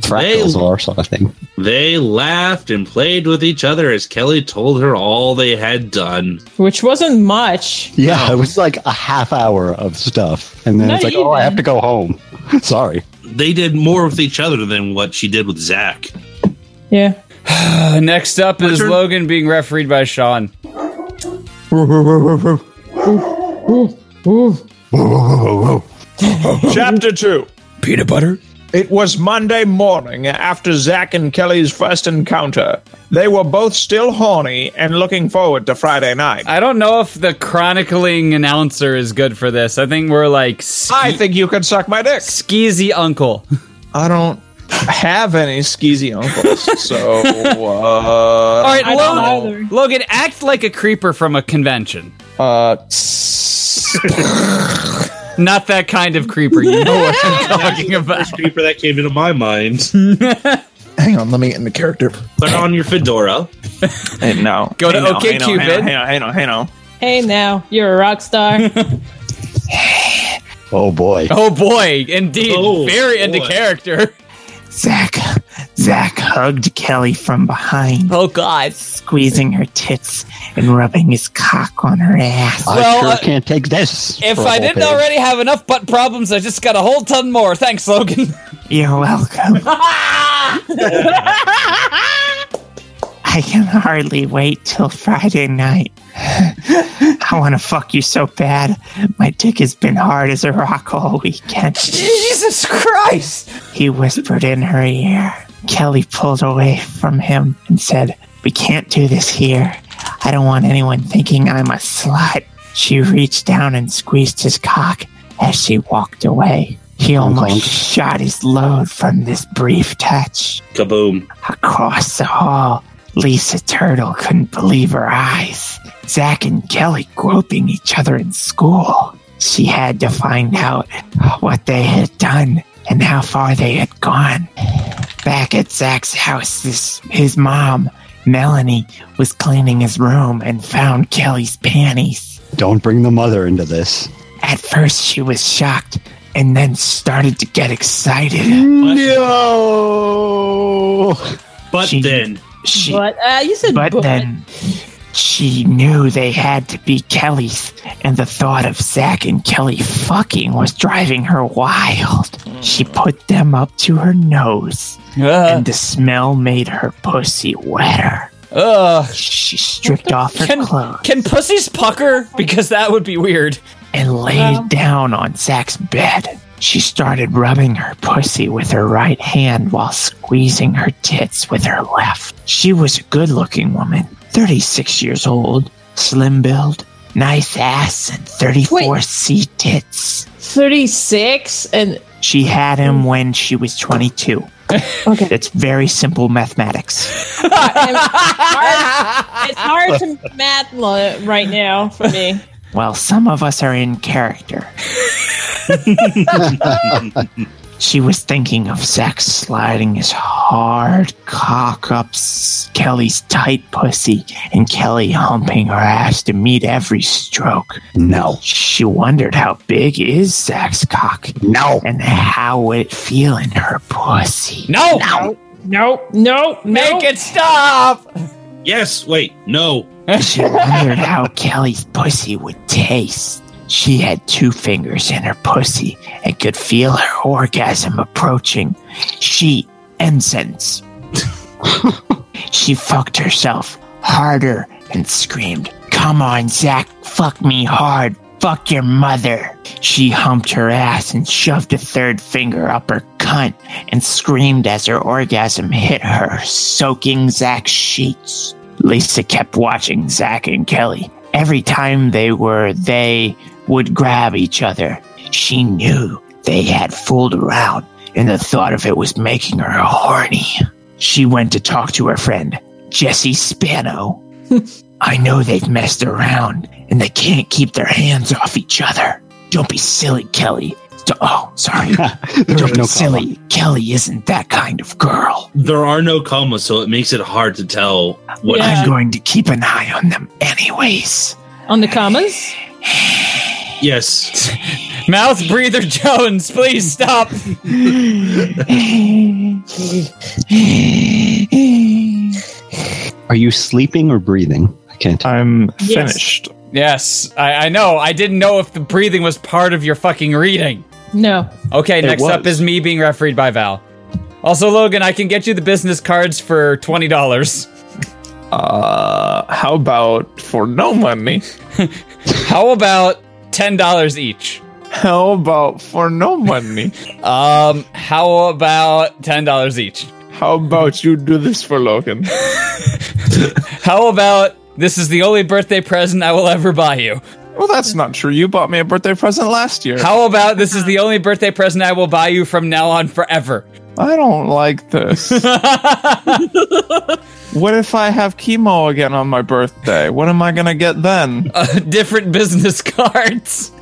S4: Fractals
S7: Hey.
S4: are sort of thing.
S7: They laughed and played with each other as Kelly told her all they had done.
S2: Which wasn't much.
S4: Yeah, it was like a half hour of stuff. And then
S2: Not
S4: it's like, oh, I
S2: even.
S4: have to go home. Sorry.
S7: They did more with each other than what she did with Zach.
S2: Yeah.
S1: Uh, next up is
S7: turn?
S1: Logan being refereed by Sean.
S2: Ooh.
S3: Chapter 2.
S1: Peanut butter?
S3: It was Monday morning after Zack and Kelly's first encounter. They were both still horny and looking forward to Friday night.
S1: I don't know if the chronicling announcer is good for this. I think we're like ske-
S3: I think you could suck my dick.
S1: skeezy uncle.
S3: I don't have any skeezy uncles, so uh,
S1: All right,
S2: I don't
S1: Logan,
S2: either.
S1: Logan, act like a creeper from a convention.
S3: uh,
S1: Not that kind of creeper. You know what I'm talking about.
S7: Creeper that came into my mind.
S3: hang on, let me get in the character.
S7: Put on your fedora.
S3: Hey, no,
S1: Go to
S3: Hey, no, hey, no,
S1: OkCupid.
S3: Hey, no, hey, no, hey, no, hey, no.
S2: Hey, now you're a rock star.
S4: Oh, boy.
S1: Oh boy, indeed,
S7: Oh,
S1: very into
S7: boy.
S1: character.
S9: Zach, Zach hugged Kelly from behind,
S1: Oh god.
S9: squeezing her tits and rubbing his cock on her ass.
S4: I
S1: Well,
S4: sure
S1: uh,
S4: can't take this.
S1: If
S4: for a
S1: I
S4: whole
S1: didn't
S4: page.
S1: already have enough butt problems, I just got a whole ton more. Thanks, Logan.
S9: You're welcome. I can hardly wait till Friday night. I want to fuck you so bad. My dick has been hard as a rock all weekend.
S1: Jesus Christ!
S9: He whispered in her ear. Kelly pulled away from him and said, We can't do this here. I don't want anyone thinking I'm a slut. She reached down and squeezed his cock as she walked away. He almost
S4: honk.
S9: shot his load from this brief touch.
S7: Kaboom.
S9: Across the hall, Lisa Turtle couldn't believe her eyes. Zach and Kelly groping each other in school. She had to find out what they had done and how far they had gone. Back at Zach's house, this, his mom, Melanie, was cleaning his room and found Kelly's panties.
S4: Don't bring the mother into this.
S9: At first, she was shocked and then started to get excited.
S4: No!
S7: But
S9: She-
S7: then
S9: She
S2: but uh, you said
S9: But then she knew they had to be Kelly's, and the thought of Zach and Kelly fucking was driving her wild. She put them up to her nose,
S1: Uh,
S9: and the smell made her pussy wetter.
S1: uh,
S9: She stripped off her
S1: can,
S9: clothes
S1: can pussies pucker? Because that would be weird.
S9: and laid down on Zach's bed. She started rubbing her pussy with her right hand while squeezing her tits with her left. She was a good looking woman, 36 years old, slim build, nice ass, and 34C tits.
S2: thirty six and
S9: She had him when she was 22.
S2: Okay.
S9: That's very simple mathematics.
S2: and hard- it's hard to math lo- right now for me.
S9: Well, some of us are in character. She was thinking of Zack sliding his hard cock up s- Kelly's tight pussy and Kelly humping her ass to meet every stroke.
S4: No.
S9: She wondered how big is Zack's cock
S4: No.
S9: and how would it feel in her pussy.
S1: No!
S2: No, no,
S1: Make
S2: no.
S1: it stop!
S7: Yes, wait, no.
S9: She wondered how Kelly's pussy would taste. She had two fingers in her pussy and could feel her orgasm approaching. She incense. she fucked herself harder and screamed, Come on, Zach, fuck me hard. Fuck your mother. She humped her ass and shoved a third finger up her cunt and screamed as her orgasm hit her, soaking Zach's sheets. Lisa kept watching Zach and Kelly. Every time they were, they would grab each other. She knew they had fooled around, and the thought of it was making her horny. She went to talk to her friend, Jesse Spano. I know they've messed around, and they can't keep their hands off each other. Don't be silly, Kelly. D- Oh, sorry.
S4: There was
S9: Don't be
S4: no
S9: silly.
S4: silly.
S9: Kelly isn't that kind of girl.
S7: There are no commas, so it makes it hard to tell what.
S2: Yeah.
S9: I'm going to keep an eye on them anyways.
S2: On the commons?
S7: Yes.
S1: Mouth breather Jones, please stop.
S4: Are you sleeping or breathing? I can't.
S6: I'm
S2: Yes.
S6: finished.
S1: Yes, I, I know. I didn't know if the breathing was part of your fucking reading.
S2: No.
S1: Okay, next
S6: was.
S1: up is me being refereed by Val. Also, Logan, I can get you the business cards for twenty dollars.
S6: Uh, how about for no money?
S1: How about ten dollars each?
S6: How about for no money?
S1: Um, how about ten dollars each?
S6: How about you do this for Logan?
S1: How about this is the only birthday present I will ever buy you?
S6: Well, that's not true. You bought me a birthday present last year.
S1: How about this is the only birthday present I will buy you from now on forever?
S6: I don't like this. what if I have chemo again on my birthday? What am I gonna get then?
S1: Uh, different business cards.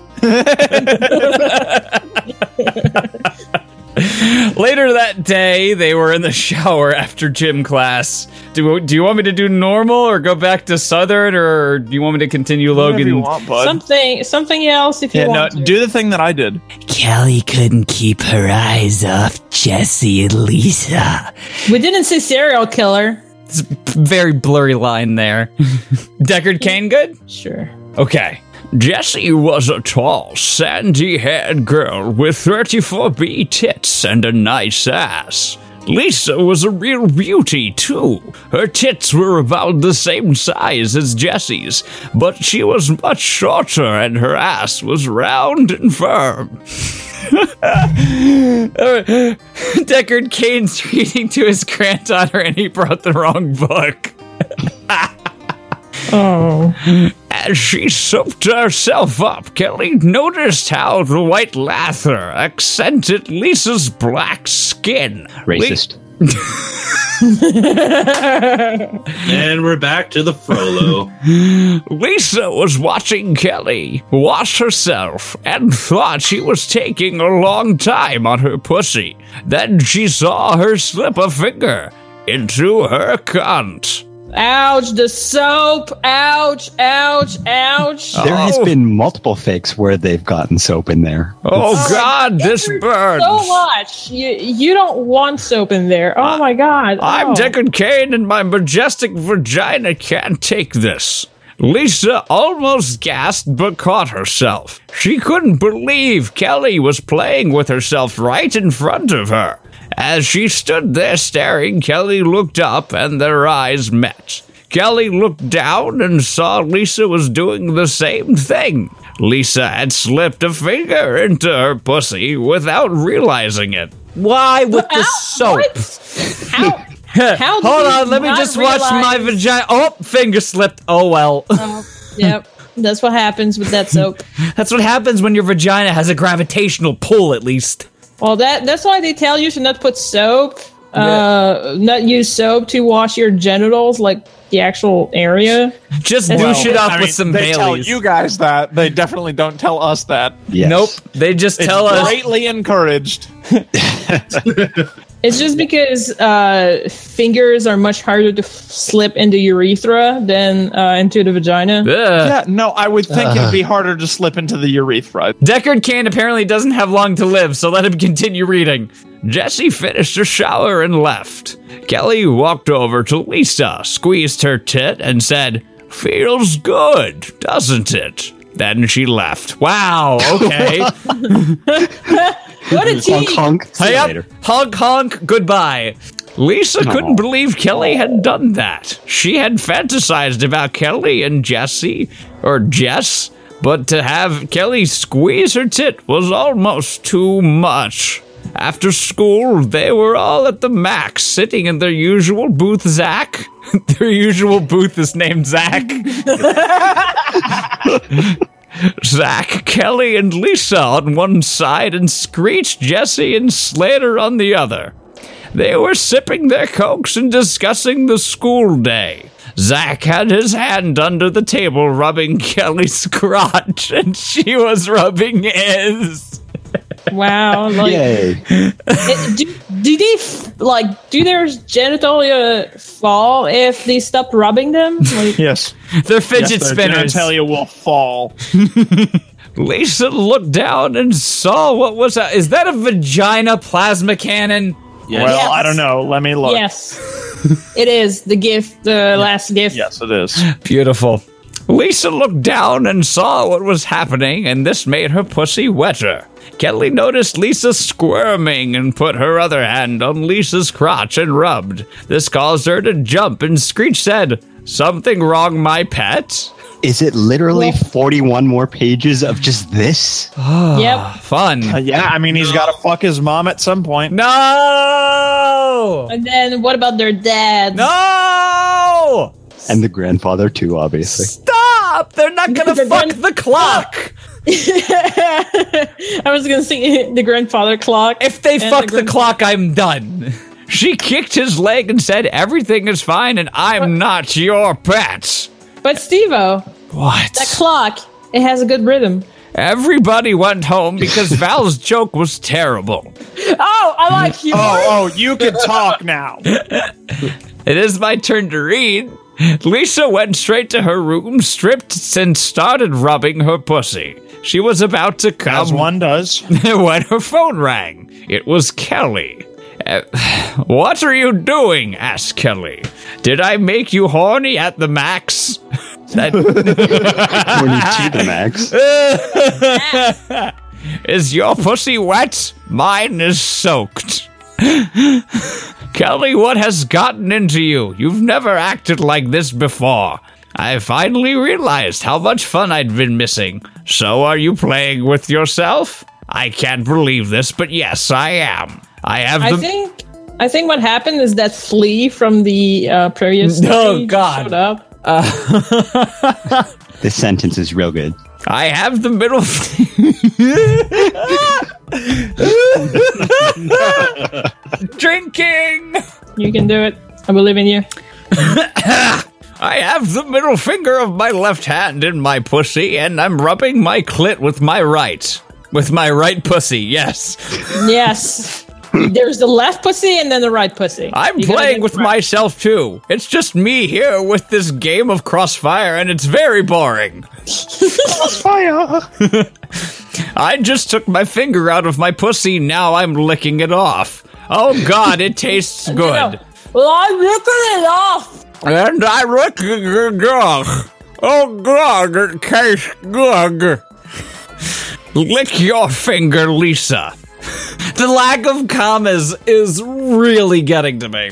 S1: Later that day, they were in the shower after gym class. Do, do you want me to do normal or go back to Southern, or do you want me to continue
S6: Whatever you
S1: Logan?
S6: want, bud.
S2: Something something else if you
S6: yeah, no,
S2: want to.
S6: do the thing that I did.
S9: Kelly couldn't keep her eyes off Jesse and Lisa.
S2: we didn't say serial killer.
S1: Very blurry line there. Deckard Kane, good?
S2: Sure.
S1: Okay. Jessie was a tall, sandy haired girl with 34B tits and a nice ass. Lisa was a real beauty, too. Her tits were about the same size as Jessie's, but she was much shorter and her ass was round and firm. Uh, Deckard Kane's reading to his granddaughter and he brought the wrong book. Oh. As she soaped herself up, Kelly noticed how the white lather accented Lisa's black skin.
S4: Racist.
S7: and we're back to the Frollo.
S1: Lisa was watching Kelly wash herself and thought she was taking a long time on her pussy. Then she saw her slip a finger into her cunt.
S2: Ouch, the soap. Ouch, ouch, ouch.
S6: Oh.
S4: There has been multiple fakes where they've gotten soap in there.
S1: Oh, God, this burns.
S2: so much. You you don't want soap in there. Oh my god.
S1: I'm
S2: oh.
S1: Deckard Kane, and my majestic vagina can't take this. Lisa almost gasped but caught herself. She couldn't believe Kelly was playing with herself right in front of her. As she stood there staring, Kelly looked up and their eyes met. Kelly looked down and saw Lisa was doing the same thing. Lisa had slipped a finger into her pussy without realizing it. Why with the soap?
S2: What? How? How did
S1: Hold
S2: you
S1: on, let me
S2: not
S1: just watch my
S2: realize-
S1: vagina. Oh, finger slipped. Oh well.
S2: Yep. That's what happens with that soap.
S1: That's what happens when your vagina has a gravitational pull, at least.
S2: Well, that that's why they tell you to not put soap, uh, not use soap to wash your genitals, like the actual area.
S1: Just
S2: Well,
S1: douche it up
S11: I
S1: with
S11: mean,
S1: some
S11: they tell
S1: Baileys.
S11: you guys that they definitely don't tell us that.
S4: Yes.
S1: Nope. They just
S11: It's
S1: tell us
S11: greatly encouraged.
S2: It's just because uh, fingers are much harder to f- slip into urethra than uh, into the vagina.
S1: Ugh.
S11: Yeah, no, I would think it'd be harder to slip into the urethra.
S1: Deckard Can apparently doesn't have long to live, so let him continue reading. Jessie finished her shower and left. Kelly walked over to Lisa, squeezed her tit, and said, Feels good, doesn't it? Then she left. Wow, okay.
S2: What a
S4: Honk,
S2: tease!
S4: honk. See
S1: Hey
S4: you
S1: up,
S4: later.
S1: honk honk, goodbye. Lisa couldn't believe Kelly had done that. She had fantasized about Kelly and Jessie, or Jess, but to have Kelly squeeze her tit was almost too much. After school, they were all at the Mac, sitting in their usual booth, Zach. their usual booth is named Zach. Zach, Kelly, and Lisa on one side, and Screech, Jesse, and Slater on the other. They were sipping their cokes and discussing the school day. Zach had his hand under the table, rubbing Kelly's crotch, and she was rubbing his.
S2: Wow, Oh, like
S4: Yay.
S2: it- do, do they f- like do their genitalia fall if they stop rubbing them? Like,
S6: Yes.
S1: They're fidget
S6: Their
S1: spinners.
S6: genitalia will fall.
S1: Lisa looked down and saw what was that? Is that a vagina plasma cannon?
S7: Yes.
S6: Well,
S2: Yes.
S6: I don't know. Let me look.
S2: yes, it is the gift, the last gift.
S6: Yes, it is.
S1: Beautiful. Lisa looked down and saw what was happening, and this made her pussy wetter. Kelly noticed Lisa squirming and put her other hand on Lisa's crotch and rubbed. This caused her to jump, and Screech said, Something wrong, my pet?
S4: Is it literally 41 more pages of just this?
S2: Yep,
S1: Fun.
S11: Ah, uh, Yeah, I mean, he's got to fuck his mom at some point.
S1: No!
S2: and then what about their dad?
S1: No!
S4: And the grandfather, too, obviously.
S1: Stop! They're not gonna
S2: They're
S1: fuck
S2: going-
S1: the clock!
S2: I was gonna say the grandfather clock.
S1: If they
S2: and
S1: fuck the
S2: grand-
S1: clock, I'm done. She kicked his leg and said, Everything is fine and I'm not your pet.
S2: but Stevo, that
S1: What?
S2: clock, it has a good rhythm.
S1: Everybody went home because Val's joke was terrible.
S2: Oh, I like humor.
S11: Oh, you can talk now.
S1: It is my turn to read. Lisa went straight to her room, stripped, and started rubbing her pussy. She was about to come
S11: As one does.
S1: when her phone rang. It was Kelly. Uh, what are you doing? asked Kelly. Did I make you horny at the max? That,
S4: When you see the max.
S1: is your pussy wet? Mine is soaked. Kelly, what has gotten into you? You've never acted like this before. I finally realized how much fun I'd been missing. So are you playing with yourself? I can't believe this, but yes, I am. I have
S2: I
S1: the
S2: think I think what happened is that flea from the uh, previous
S1: No,
S2: story
S1: God.
S2: showed up.
S4: This sentence is real good.
S1: I have the middle f- drinking.
S2: You can do it. I believe in you.
S1: I have the middle finger of my left hand in my pussy, and I'm rubbing my clit with my right. With my right pussy, yes.
S2: Yes. There's the left pussy and then the right pussy.
S1: I'm
S2: You gotta
S1: playing
S2: get
S1: with
S2: right.
S1: myself too. It's just me here with this game of crossfire, and it's very boring. I just took my finger out of my pussy, now I'm licking it off. Oh god, it tastes
S2: No.
S1: good.
S2: Well, I'm ripping it off.
S1: And I look good. Oh god, it tastes good. Lick your finger, Lisa. The lack of commas is really getting to me.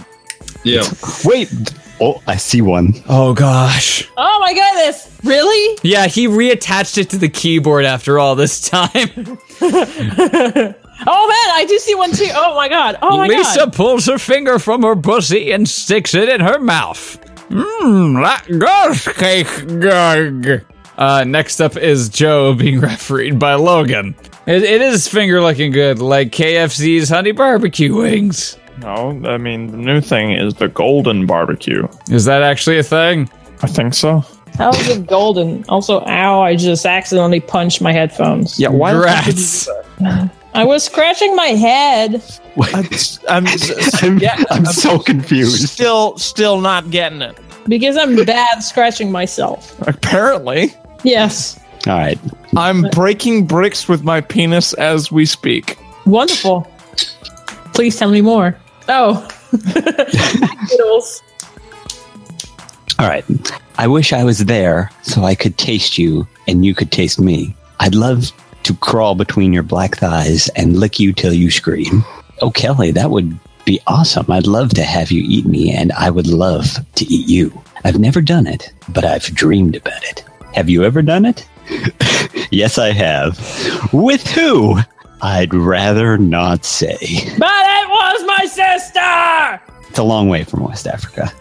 S7: Yeah.
S4: Wait. Oh, I see one.
S1: Oh gosh.
S2: Oh my goodness! Really?
S1: Yeah, he reattached it to the keyboard after all this time.
S2: Oh man, I do see one too. Oh my god! Oh my
S1: Lisa
S2: god!
S1: pulls her finger from her pussy and sticks it in her mouth. Mmm, that ghost cake gug. Uh, next up is Joe being refereed by Logan. It, it is finger looking good, like KFC's honey barbecue wings.
S6: No, I mean the new thing is the golden barbecue.
S1: Is that actually a thing?
S6: I think so.
S2: How is it golden? Also, ow, I just accidentally punched my headphones.
S6: Yeah, why?
S1: Rats.
S2: I was scratching my head.
S3: I'm s-
S4: I'm,
S3: Yeah,
S4: I'm so confused.
S3: still still not getting it.
S2: Because I'm bad scratching myself.
S6: Apparently,
S2: Yes.
S4: All right.
S6: I'm breaking bricks with my penis as we speak.
S2: Wonderful. Please tell me more. Oh. Noodles.
S4: All right. I wish I was there so I could taste you and you could taste me. I'd love to crawl between your black thighs and lick you till you scream. Oh, Kelly, that would be awesome. I'd love to have you eat me and I would love to eat you. I've never done it, but I've dreamed about it. Have you ever done it? yes, I have. With who? I'd rather not say.
S2: but it was my sister!
S4: It's a long way from West Africa.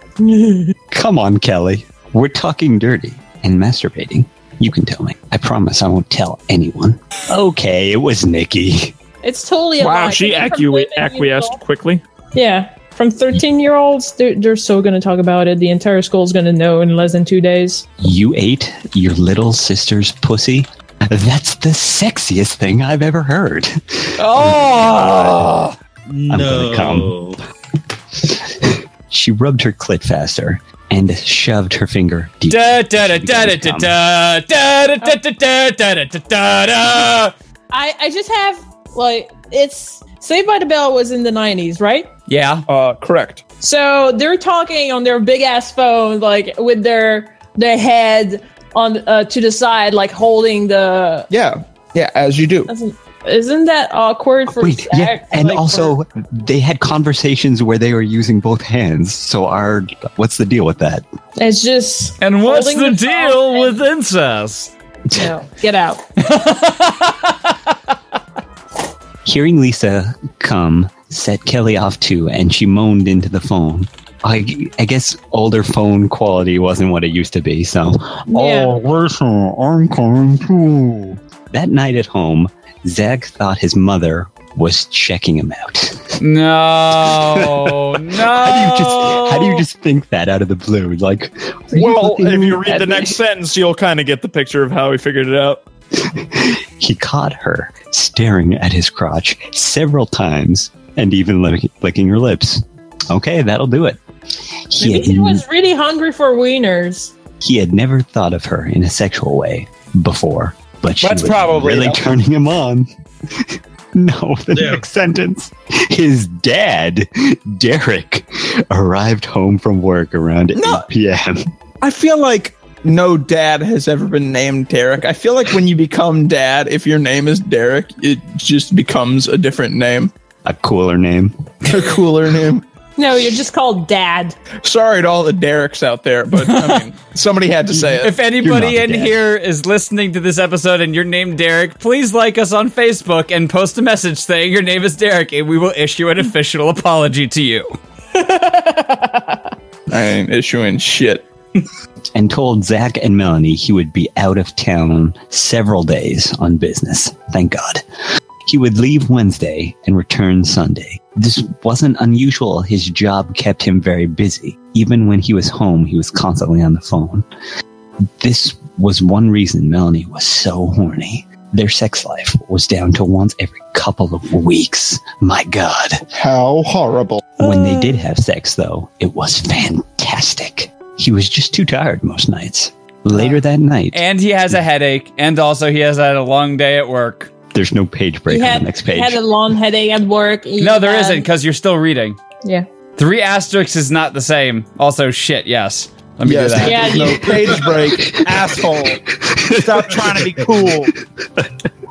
S4: Come on, Kelly. We're talking dirty and masturbating. You can tell me. I promise I won't tell anyone. Okay, it was Nikki.
S2: It's totally a
S11: Wow,
S2: lie.
S11: she
S2: From
S11: acqui-
S2: 13 years
S11: acquiesced
S2: old-
S11: quickly.
S2: Yeah. From 13 year olds, they're, they're so going to talk about it. The entire school's going to know in less than two days.
S4: You ate your little sister's pussy? That's the sexiest thing I've ever heard.
S3: Oh,
S4: gonna
S7: No.
S4: She rubbed her clit faster and shoved her finger deep.
S1: Da da da da da da da da da da da da da da da da.
S2: I, I just have, like, it's. Saved by the Bell was in the 90s, right?
S1: Yeah.
S6: Uh, correct.
S2: So they're talking on their big ass phone, like with their their head on uh, to the side, like holding the.
S3: yeah, yeah, as you do.
S2: Doesn't, isn't that awkward for
S4: Wait,
S2: Zach?
S4: yeah, and
S2: Like,
S4: also they had conversations where they were using both hands. So our what's the deal with that?
S2: for- it's just
S1: And what's the
S2: Holding the phone
S1: deal with incest?
S2: no, get out.
S4: Hearing Lisa come set Kelly off too, and she moaned into the phone. I, I guess older phone quality wasn't what it used to be. So,
S2: Yeah.
S4: listen, I'm coming too. That night at home, Zach thought his mother was checking him
S2: Oh.
S4: out.
S3: Oh,
S1: No. No.
S4: How do you just how do you just think that out of the blue? Like, are you
S6: Well,
S4: looking
S6: if you read
S4: at
S6: the
S4: me?
S6: next sentence, you'll kind of get the picture of how he figured it out.
S4: he caught her staring at his crotch several times and even lick, licking her lips. Okay, that'll do it. He
S2: Maybe
S4: had
S2: he was really hungry for wieners.
S4: He had never thought of her in a sexual way before, but she
S3: That's
S4: was
S3: probably-
S4: really turning him on. no, the
S7: Yeah.
S4: next sentence. His dad, Derek, arrived home from work around 8 p.m.
S3: I feel like no dad has ever been named Derek. I feel like when you become dad, if your name is Derek, it just becomes a different name,
S4: A cooler name.
S3: a cooler name.
S2: No, you're just called Dad.
S3: Sorry to all the Derek's out there, but I mean, somebody had to say it.
S1: If anybody
S4: You're not
S1: in
S4: dead.
S1: here is listening to this episode and your name Derek, please like us on Facebook and post a message saying your name is Derek, and we will issue an official apology to you.
S3: I ain't issuing shit.
S4: and told Zach and Melanie he would be out of town several days on business. Thank God. He would leave Wednesday and return Sunday. This wasn't unusual. His job kept him very busy. Even when he was home, he was constantly on the phone. This was one reason Melanie was so horny. Their sex life was down to once every couple of weeks. My God.
S3: How horrible.
S4: When they did have sex, though, it was fantastic. He was just too tired most nights. Later that night,
S1: And he has a headache, and also he has had a long day at work.
S4: there's no page break
S2: He
S4: on
S2: had,
S4: the next
S2: he
S4: page.
S2: had a long headache at work. He
S1: No, there
S2: had-
S1: isn't, because you're still reading.
S2: Yeah.
S1: Three asterisks is not the same. Also, shit, yes. Let me
S3: Yes,
S1: do that.
S2: Yeah,
S3: there's no page break, asshole.
S11: Stop trying to be cool.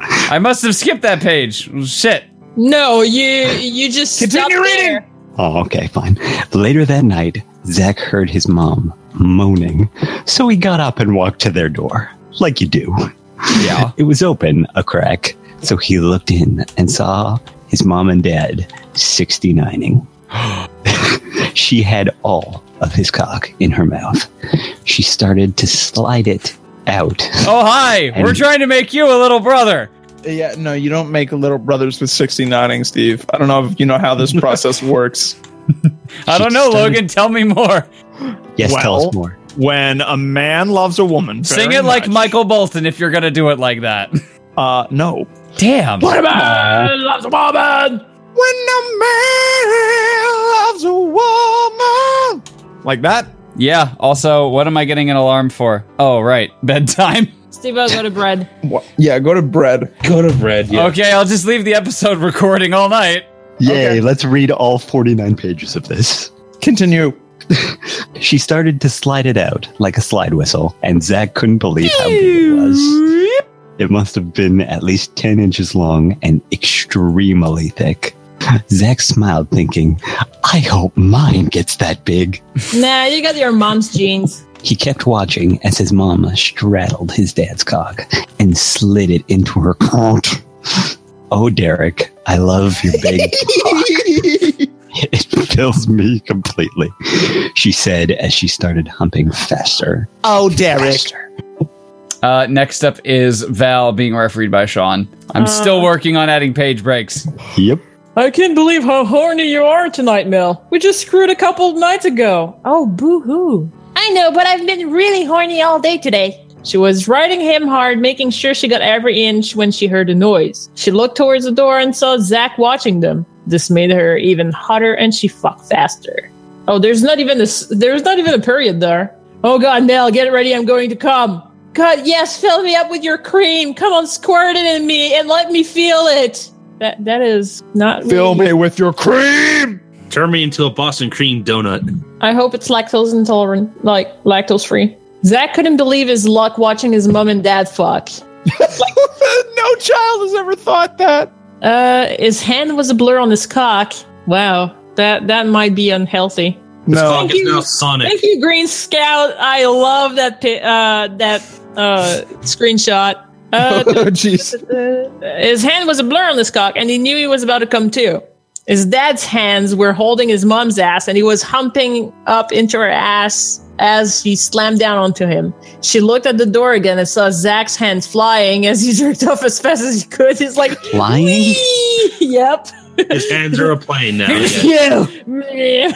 S1: I must have skipped that page. Shit.
S2: No, you you just continue reading.
S4: oh, okay, fine. Later that night, Zach heard his mom moaning, so he got up and walked to their door, like you do.
S1: Yeah.
S4: It was open a crack, so he looked in and saw his mom and dad 69ing. she had all of his cock in her mouth. She started to slide it out.
S1: Oh, hi. We're
S4: And-
S1: trying to make you a little brother.
S3: Yeah, no, you don't make little brothers with 60 nodding, Steve. I don't know if you know how this process works.
S1: I don't know, Logan. Tell me more.
S4: Yes, tell
S11: Well,
S4: us more.
S11: When a man loves a woman,
S1: Sing
S11: very
S1: it like
S11: much-
S1: Michael Bolton if you're gonna do it like that.
S11: Uh, no,
S1: Damn.
S2: loves a woman.
S11: when a man loves a woman, like that.
S1: Yeah. Also, what am I getting an alarm for? Oh, right, bedtime.
S2: Steve, I go to bread.
S3: Wha- Yeah, go to bread.
S7: Go to bread. Yeah.
S1: Okay, I'll just leave the episode recording all night.
S4: Yay, let's read all 49 pages of this.
S3: Continue.
S4: She started to slide it out like a slide whistle, and Zach couldn't believe how big it was. It must have been at least 10 inches long and extremely thick. Zach smiled, thinking, I hope mine gets that big.
S2: Nah, you got your mom's jeans.
S4: He kept watching as his mama straddled his dad's cock and slid it into her cunt. Oh, Derek, I love your big cock. It fills me completely, she said as she started humping faster.
S3: Oh, Derek.
S4: faster.
S1: Uh, next up is Val being refereed by Sean. I'm still working on adding page breaks.
S4: Yep.
S2: I can't believe how horny you are tonight, Mel. We just screwed a couple nights ago. Oh, boo hoo. I know, but I've been really horny all day today. She was riding him hard, making sure she got every inch when she heard a noise. She looked towards the door and saw Zack watching them. This made her even hotter and she fucked faster. Oh, there's not even a, s- there's not even a period there. Oh god, Nell, get ready, I'm going to come. God, yes, fill me up with your cream. Come on, squirt it in me and let me feel it. That that is not
S3: Fill
S2: really-
S3: me with your cream.
S7: Turn me into a Boston cream donut.
S2: I hope it's lactose intolerant, like lactose free. Zach couldn't believe his luck watching his mom and dad fuck.
S3: no child has ever thought that.
S2: Uh, his hand was a blur on his cock. Wow, that that might be unhealthy.
S7: This
S3: No.
S7: cock is
S2: you.
S7: now Sonic.
S2: Thank you, Green Scout. I love that pi- uh, that uh, screenshot. Uh,
S3: Oh, jeez.
S2: his hand was a blur on his cock, and he knew he was about to come to. His dad's hands were holding his mom's ass, and he was humping up into her ass as she slammed down onto him. She looked at the door again and saw Zach's hands flying as he jerked off as fast as he could. He's like,
S4: Flying?
S2: "Wee!" Yep.
S7: His hands are a plane now. yeah.
S4: You!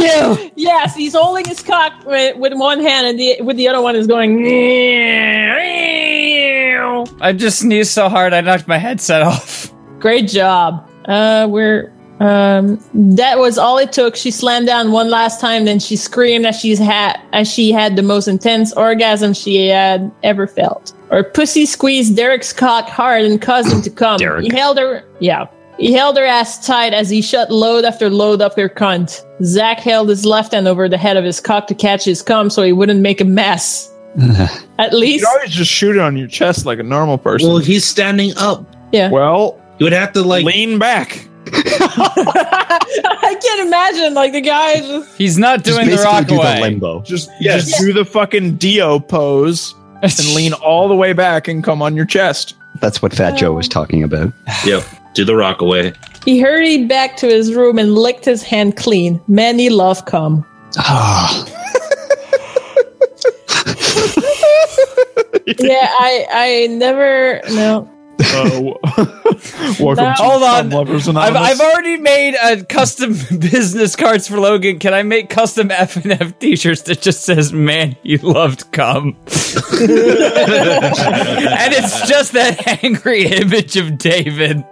S4: you!
S2: yes, he's holding his cock with, with one hand, and the, with the other one is going. "Meow."
S1: I just sneezed so hard I knocked my headset off.
S2: Great job. Uh, we're um, that was all it took. She slammed down one last time, then she screamed as she's had as she had the most intense orgasm she had ever felt. Her pussy squeezed Derek's cock hard and caused him to come.
S4: Derek.
S2: He held her, yeah. He held her ass tight as he shut load after load up her cunt. Zach held his left hand over the head of his cock to catch his cum so he wouldn't make a mess. At
S3: You
S2: least,
S3: can always just shoot it on your chest like a normal person.
S7: Well, he's standing up.
S2: yeah.
S3: Well,
S7: You would have to like
S11: Lean back.
S2: I can't imagine like the guy just
S1: He's not
S4: Just
S1: doing the
S4: basically
S1: rock
S4: do the
S1: away.
S4: limbo.
S3: just,
S7: Yes.
S3: just do the fucking Dio pose and lean all the way back and come on your chest.
S4: That's what Fat Joe was talking about.
S7: Yep. Do the rock away.
S2: He hurried back to his room and licked his hand clean. Many love come.
S4: Ah,
S2: yeah, I I never no.
S3: Oh, welcome
S2: That-
S3: to
S1: Hold
S3: Thumb
S1: on.
S3: Lovers
S1: I've,
S3: Anonymous.
S1: I've already made uh, custom business cards for Logan. Can I make custom F and F T-shirts that just says "Man, you loved cum," and it's just that angry image of David.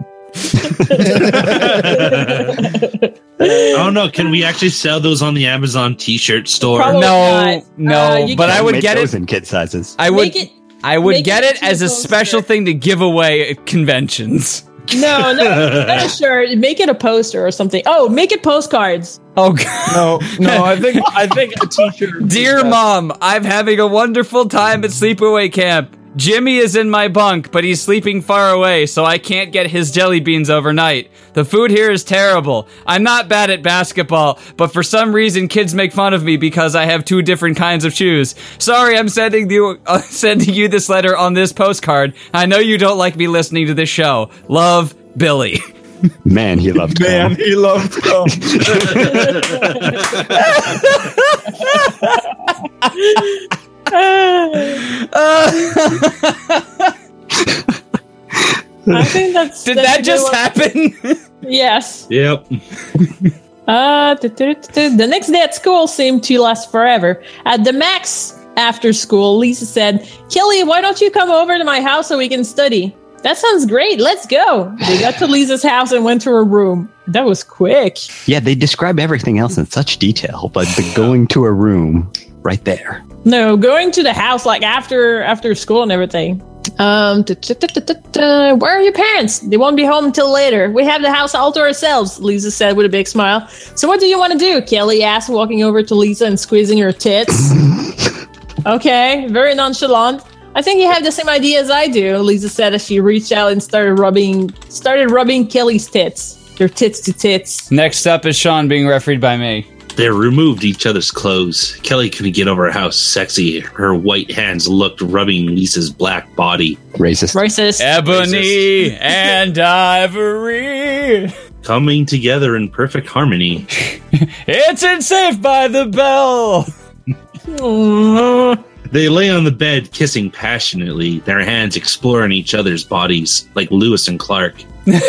S7: Oh no! Can we actually sell those on the Amazon T-shirt store?
S2: Probably-
S1: no,
S2: not.
S1: no,
S2: Uh, you
S1: but I
S2: can
S1: would
S4: make
S1: get
S4: those
S1: it.
S4: in kid sizes.
S1: I would.
S2: Make it
S1: I would
S2: make
S1: get
S2: it
S1: it as a
S2: two-poster.
S1: special thing to give away at conventions.
S2: no, no, not a shirt. Make it a poster or something. Oh, make it postcards.
S1: Oh, God.
S3: No, no, I think I think a t-shirt.
S1: Dear mom, I'm having a wonderful time at sleepaway camp. Jimmy is in my bunk, but he's sleeping far away, so I can't get his jelly beans overnight. The food here is terrible. I'm not bad at basketball, but for some reason kids make fun of me because I have two different kinds of shoes. Sorry, I'm sending you uh, sending you this letter on this postcard. I know you don't like me listening to this show. Love, Billy.
S4: Man, he loved
S3: Man,
S4: Man.
S3: he loved Thumb.
S2: I think that's. that's a
S1: Did that
S2: good
S1: just
S2: one.
S1: happen?
S2: Yes.
S7: Yep.
S2: Uh, tu- tu- tu- tu. the next day at school seemed to last forever. At the max after school, Lisa said, Kelly, why don't you come over to my house so we can study? That sounds great. Let's go. They got to Lisa's house and went to her room. That was quick.
S4: Yeah, they describe everything else in such detail, but the going to a room right there.
S2: No, going to the house like after after school and everything. Um, tu- tu- tu- tu- tu- tu. where are your parents? They won't be home until later. We have the house all to ourselves, Lisa said with a big smile. So what do you want to do? Kelly asked, walking over to Lisa and squeezing her tits. okay, very nonchalant. I think you have the same idea as I do, Lisa said as she reached out and started rubbing started rubbing Kelly's tits. Their tits to tits.
S1: Next up is Sean being refereed by me.
S7: They removed each other's clothes. Kelly couldn't get over how sexy her white hands looked rubbing Lisa's black body.
S4: Racist.
S2: Racist.
S1: Ebony and Ivory.
S7: Coming together in perfect harmony.
S1: It's in safe by the bell.
S7: They lay on the bed, kissing passionately, their hands exploring each other's bodies, like Lewis and Clark.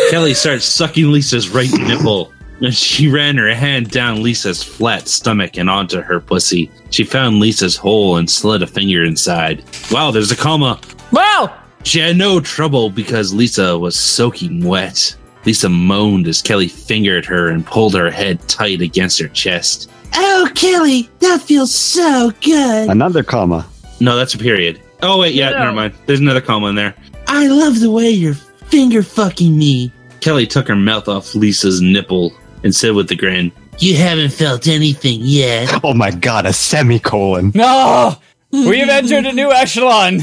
S7: Kelly starts sucking Lisa's right nipple, and she ran her hand down Lisa's flat stomach and onto her pussy. She found Lisa's hole and slid a finger inside. Wow, there's a comma.
S2: Wow!
S7: She had no trouble because Lisa was soaking wet. Lisa moaned as Kelly fingered her and pulled her head tight against her chest. Oh, Kelly, that feels so good.
S4: Another comma.
S7: No, that's a period. Oh, wait, yeah,
S2: No.
S7: never mind. There's another comma in there. I love the way you're finger fucking me. Kelly took her mouth off Lisa's nipple and said with a grin, You haven't felt anything yet.
S4: Oh my god, a semicolon.
S1: No, we've entered a new echelon.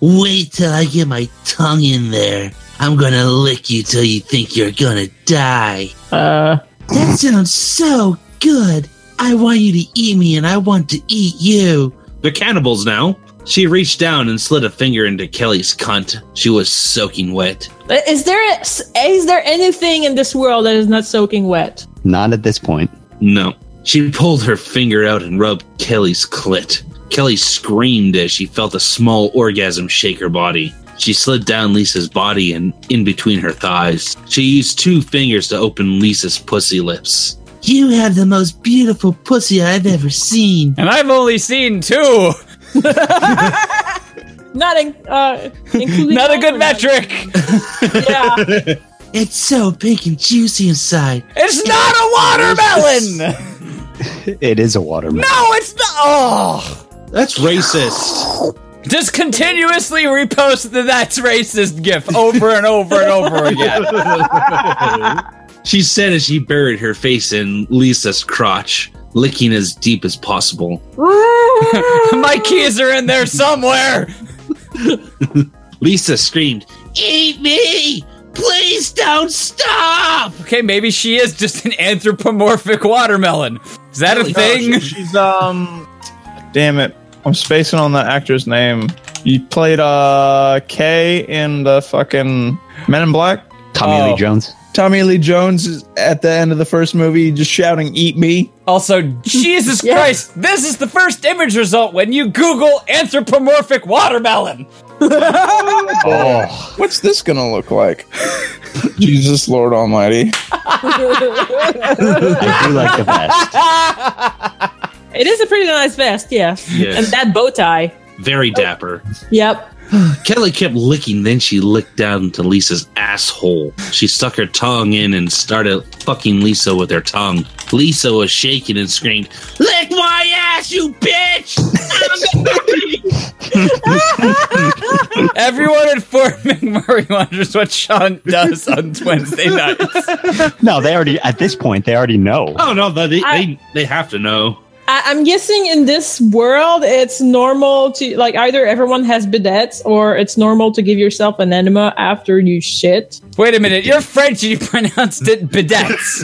S7: Wait till I get my tongue in there. I'm gonna lick you till you think you're gonna die.
S2: Uh
S7: That sounds so good. I want you to eat me and I want to eat you. They're cannibals now. She reached down and slid a finger into Kelly's cunt. She was soaking wet.
S2: Uh, Is there is there anything in this world that is not soaking wet?
S4: Not at this point.
S7: No. She pulled her finger out and rubbed Kelly's clit. Kelly screamed as she felt a small orgasm shake her body. She slid down Lisa's body and in between her thighs. She used two fingers to open Lisa's pussy lips. You have the most beautiful pussy I've ever seen.
S1: And I've only seen two.
S2: Not in, uh, including
S1: Not a good
S2: microwave.
S1: metric.
S2: Yeah,
S7: It's so pink and juicy inside.
S1: It's not a watermelon.
S4: It is a watermelon.
S1: No, it's not. Oh.
S7: That's racist.
S1: Just continuously repost the that's racist gif over and over and over again.
S7: She said as she buried her face in Lisa's crotch, licking as deep as possible.
S1: My keys are in there somewhere.
S7: Lisa screamed, Eat me! Please don't stop!
S1: Okay, maybe she is just an anthropomorphic watermelon. Is that a thing?
S6: She's um, damn it, I'm spacing on the actor's name. You played uh K in the fucking Men in Black.
S4: Tommy
S6: Oh.
S4: Lee Jones.
S6: Tommy Lee Jones is at the end of the first movie just shouting "Eat me."
S1: Also, Jesus Christ, this is the first image result when you Google anthropomorphic watermelon.
S4: Oh,
S3: What's this gonna look like? Jesus Lord Almighty.
S4: I do like the vest.
S2: it is a pretty nice vest. Yeah, and
S7: Yes.
S2: that bow tie.
S7: Very dapper.
S2: Yep.
S7: Kelly kept licking, then she licked down to Lisa's asshole. She stuck her tongue in and started fucking Lisa with her tongue. Lisa was shaking and screamed, Lick my ass, you bitch! I'm sorry!"
S1: Everyone informing Murray wonders what Sean does on Wednesday nights.
S4: No, they already at this point they already know.
S7: oh no, they,
S2: I-
S7: they, they have to know.
S2: I, I'm guessing in this world, it's normal to like either everyone has bidets or it's normal to give yourself an enema after you shit.
S1: Wait a minute, you're French and you pronounced it bidets.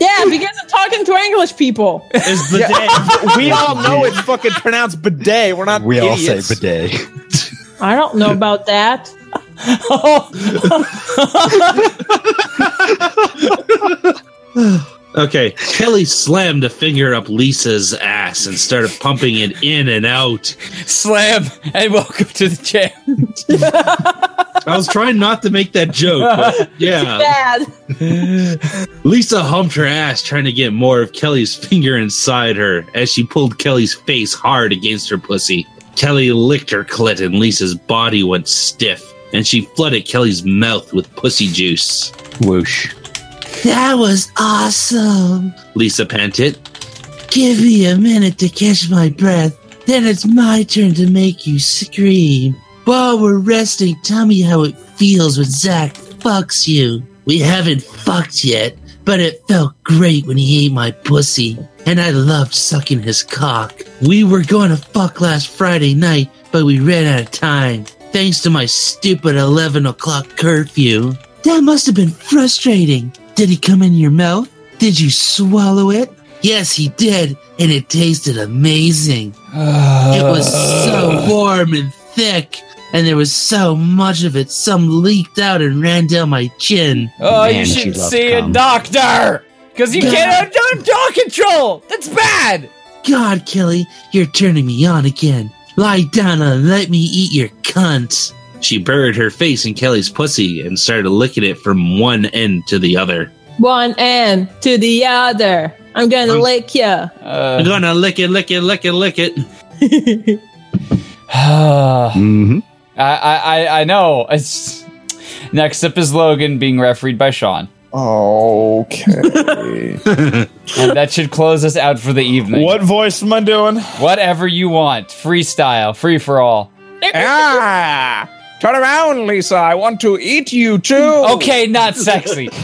S2: Yeah, because I'm talking to English people.
S7: It's the day.
S11: we all know it's fucking pronounced bidet. We're not.
S4: We all
S11: idiots.
S4: say bidet.
S2: I don't know about that.
S7: Okay. Kelly slammed a finger up Lisa's ass and started pumping it in and out.
S1: Slam and welcome to the jam.
S7: I was trying not to make that joke. but yeah.
S2: Bad.
S7: Lisa humped her ass trying to get more of Kelly's finger inside her as she pulled Kelly's face hard against her pussy. Kelly licked her clit and Lisa's body went stiff and she flooded Kelly's mouth with pussy juice.
S4: Whoosh.
S7: That was awesome, Lisa panted. Give me a minute to catch my breath. Then it's my turn to make you scream. While we're resting, tell me how it feels when Zach fucks you. We haven't fucked yet, but it felt great when he ate my pussy. And I loved sucking his cock. We were going to fuck last Friday night, but we ran out of time. Thanks to my stupid 11 o'clock curfew. That must have been frustrating. Did he come in your mouth? Did you swallow it? Yes, he did, and it tasted amazing. It was so warm and thick, and there was so much of it, some leaked out and ran down my chin.
S1: Oh, you
S4: Man, she
S1: should
S4: loved
S1: see
S4: cum.
S1: a doctor! Because you
S7: Yeah.
S1: can't have done dog control! That's bad!
S7: God, Kelly, you're turning me on again. Lie down and let me eat your cunt. She buried her face in Kelly's pussy and started licking it from one end to the other.
S2: One end to the other. I'm gonna
S7: I'm-
S2: lick ya.
S1: Uh.
S7: I'm gonna lick it, lick it, lick it, lick it.
S1: I,
S4: Mm-hmm.
S1: I, I, I know. It's Next up is Logan being refereed by Sean.
S6: Okay.
S1: And that should close us out for the evening.
S6: what voice am I doing?
S1: Whatever you want. Freestyle. Free for all.
S6: Ah! Turn around, Lisa. I want to eat you too.
S1: Okay, not sexy.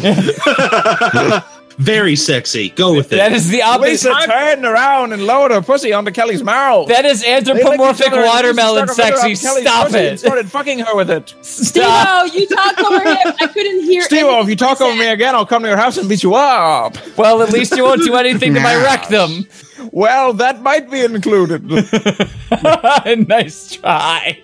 S7: Very sexy. Go with it.
S1: that is the opposite.
S6: Lisa, turn around and load her pussy onto Kelly's mouth.
S1: That is
S6: They licked each
S1: anthropomorphic
S6: other and Lisa
S1: watermelon
S6: stuck her finger
S1: sexy.
S6: up Kelly's
S1: Stop
S6: pussy and
S1: it.
S6: Started fucking her with it.
S1: Stop.
S2: Steve-O, you talked over him. I couldn't hear.
S6: Steve,
S2: anything
S6: if you talk
S2: said.
S6: over me again, I'll come to your house and beat you up.
S1: Well, at least you won't do anything to my rectum.
S6: Well, that might be included.
S1: nice try.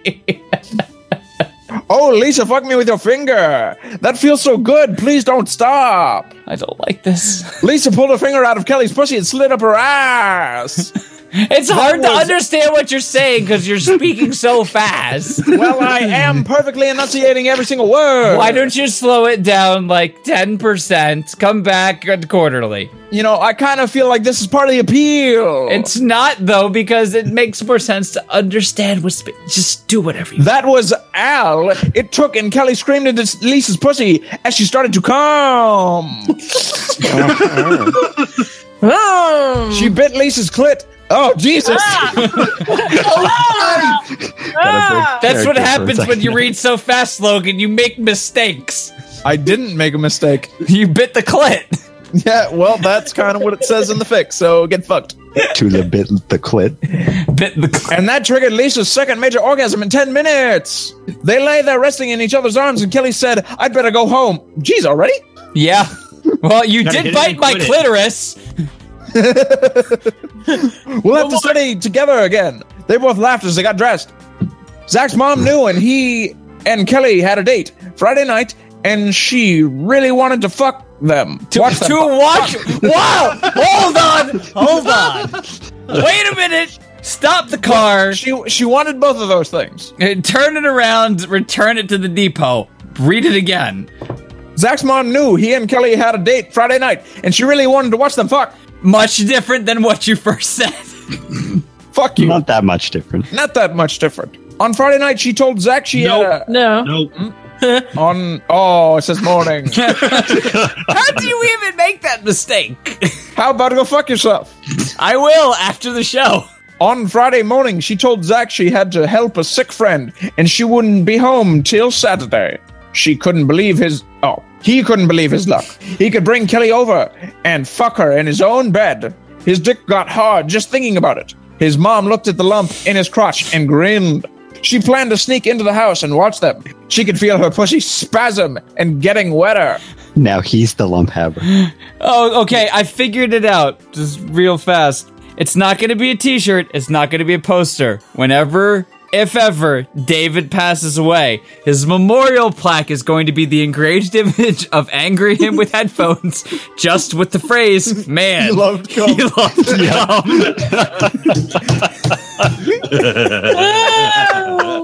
S6: oh, Lisa, fuck me with your finger. That feels so good. Please don't stop.
S1: I don't like this.
S6: Lisa pulled her finger out of Kelly's pussy and slid up her ass.
S1: It's hard to understand what you're saying because you're speaking so fast.
S6: well, I am perfectly enunciating every single word.
S1: Why don't you slow it down like 10%? Come back quarterly.
S6: you know? I kind of feel like this is part of the appeal.
S1: It's not, though, because it makes more sense to understand what's. Just do whatever you
S6: That was Al. It took, and Kelly screamed into Lisa's pussy as she started to come. she bit Lisa's clit. Oh Jesus!
S1: That's what happens when you read so fast, Logan. You make mistakes.
S6: I didn't make a mistake.
S1: You bit the clit.
S6: Yeah, well, that's kind of what it says in the fix. So get fucked.
S4: To the bit the clit.
S1: Bit the clit.
S6: And that triggered Lisa's second major orgasm in ten minutes. They lay there resting in each other's arms, and Kelly said, "I'd better go home." Jeez, already?
S1: Yeah. Well, you
S7: Gotta
S1: did
S7: hit it
S1: bite
S7: and
S1: my
S7: quit it.
S1: clitoris.
S6: We'll have to study together again. They both laughed as they got dressed. Zach's
S1: Hmm.
S6: mom knew, and he and Kelly had a date Friday night, and she really wanted to fuck them. Watch them
S1: to
S6: fuck.
S1: watch. Wow! Hold on! Hold on! Wait a minute! Stop the car
S6: She she wanted both of those things.
S1: and turn it around, return it to the depot. Read it again.
S6: Zach's mom knew he and Kelly had a date Friday night, and she really wanted to watch them fuck.
S1: Much different than what you first said.
S6: Fuck you.
S4: Not that much different.
S6: Not that much different. On Friday night, she told Zach she had a, Hmm?
S2: No.
S7: Nope.
S6: on. Oh, it says morning.
S1: How do you even make that mistake?
S6: How about go fuck yourself?
S1: I will after the show.
S6: On Friday morning, she told Zach she had to help a sick friend and she wouldn't be home till Saturday. She couldn't believe his. Oh, he couldn't believe his luck. He could bring Kelly over and fuck her in his own bed. His dick got hard just thinking about it. His mom looked at the lump in his crotch and grinned. She planned to sneak into the house and watch them. She could feel her pussy spasm and getting wetter.
S4: Now he's the lump haver.
S1: Oh, okay. I figured it out just real fast. It's not going to be a t shirt. It's not going to be a poster. Whenever, if ever, David passes away, his memorial plaque is going to be the engraved image of angry him with headphones, just with the phrase, man. He loved cum. He loved cum.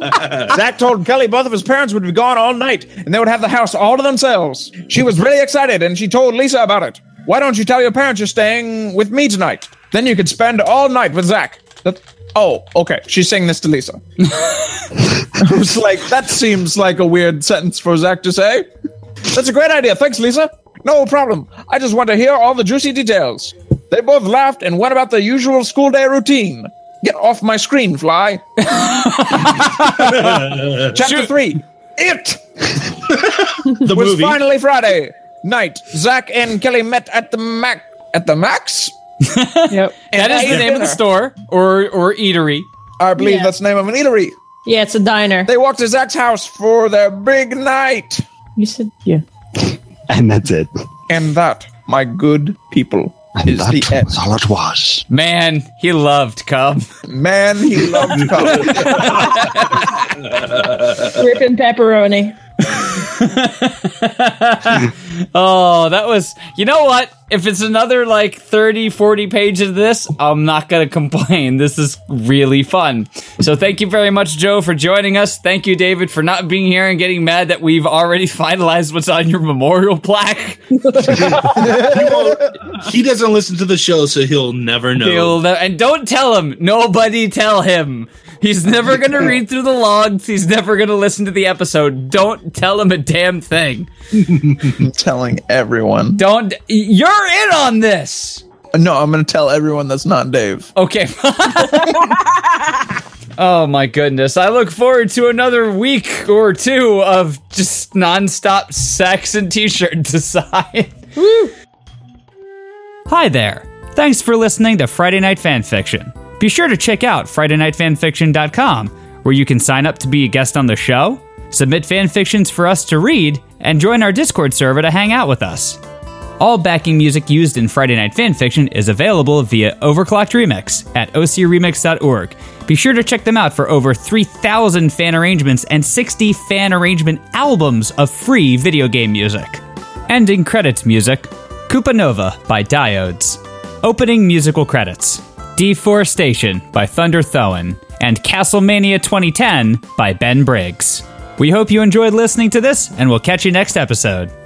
S6: Zach told Kelly both of his parents would be gone all night and they would have the house all to themselves. She was really excited and she told Lisa about it. Why don't you tell your parents you're staying with me tonight? Then you could spend all night with Zach. That- oh, okay. She's saying this to Lisa. I was like, that seems like a weird sentence for Zach to say. That's a great idea. Thanks, Lisa. No problem. I just want to hear all the juicy details. They both laughed and went about their usual school day routine. Get off my screen, fly. Chapter three. It
S12: The
S6: was
S12: movie.
S6: finally Friday night. Zach and Kelly met at the Mac at the Max.
S2: Yep.
S1: That is the name of the store or or eatery.
S6: I believe
S2: Yeah.
S6: that's the name of an eatery.
S2: Yeah, it's a diner.
S6: They walked to Zach's house for their big night.
S2: you said yeah.
S13: And that's it.
S6: And that, my good people,
S13: And
S6: is the
S13: that
S6: end.
S13: was all it was.
S1: Man, he loved Cub.
S6: Man, he loved Cub.
S2: Ripping pepperoni.
S1: Oh, that was. You know what? If it's another like 30, 40 pages of this, I'm not going to complain. This is really fun. So thank you very much, Joe, for joining us. Thank you, David, for not being here and getting mad that we've already finalized what's on your memorial plaque.
S7: He doesn't listen to the show, so he'll never know.
S1: He'll ne- and don't tell him. Nobody tell him. He's never going to read through the logs. He's never going to listen to the episode. Don't tell him a damn thing.
S6: I'm telling everyone.
S1: Don't. You're in on this.
S6: No, I'm going to tell everyone that's not Dave.
S1: Okay. oh my goodness. I look forward to another week or two of just nonstop sex and t-shirt design. Hi there. Thanks for listening to Friday Night Fanfiction. Be sure to check out FridayNightFanfiction.com, where you can sign up to be a guest on the show, submit fanfictions for us to read, and join our Discord server to hang out with us. All backing music used in Friday Night Fanfiction is available via Overclocked Remix at ocremix.org. Be sure to check them out for over 3,000 fan arrangements and 60 fan arrangement albums of free video game music. Ending credits music Koopa Nova by Diodes. Opening musical credits Deforestation by Thunder Thoen and Castlemania 2010 by Ben Briggs. We hope you enjoyed listening to this, and we'll catch you next episode.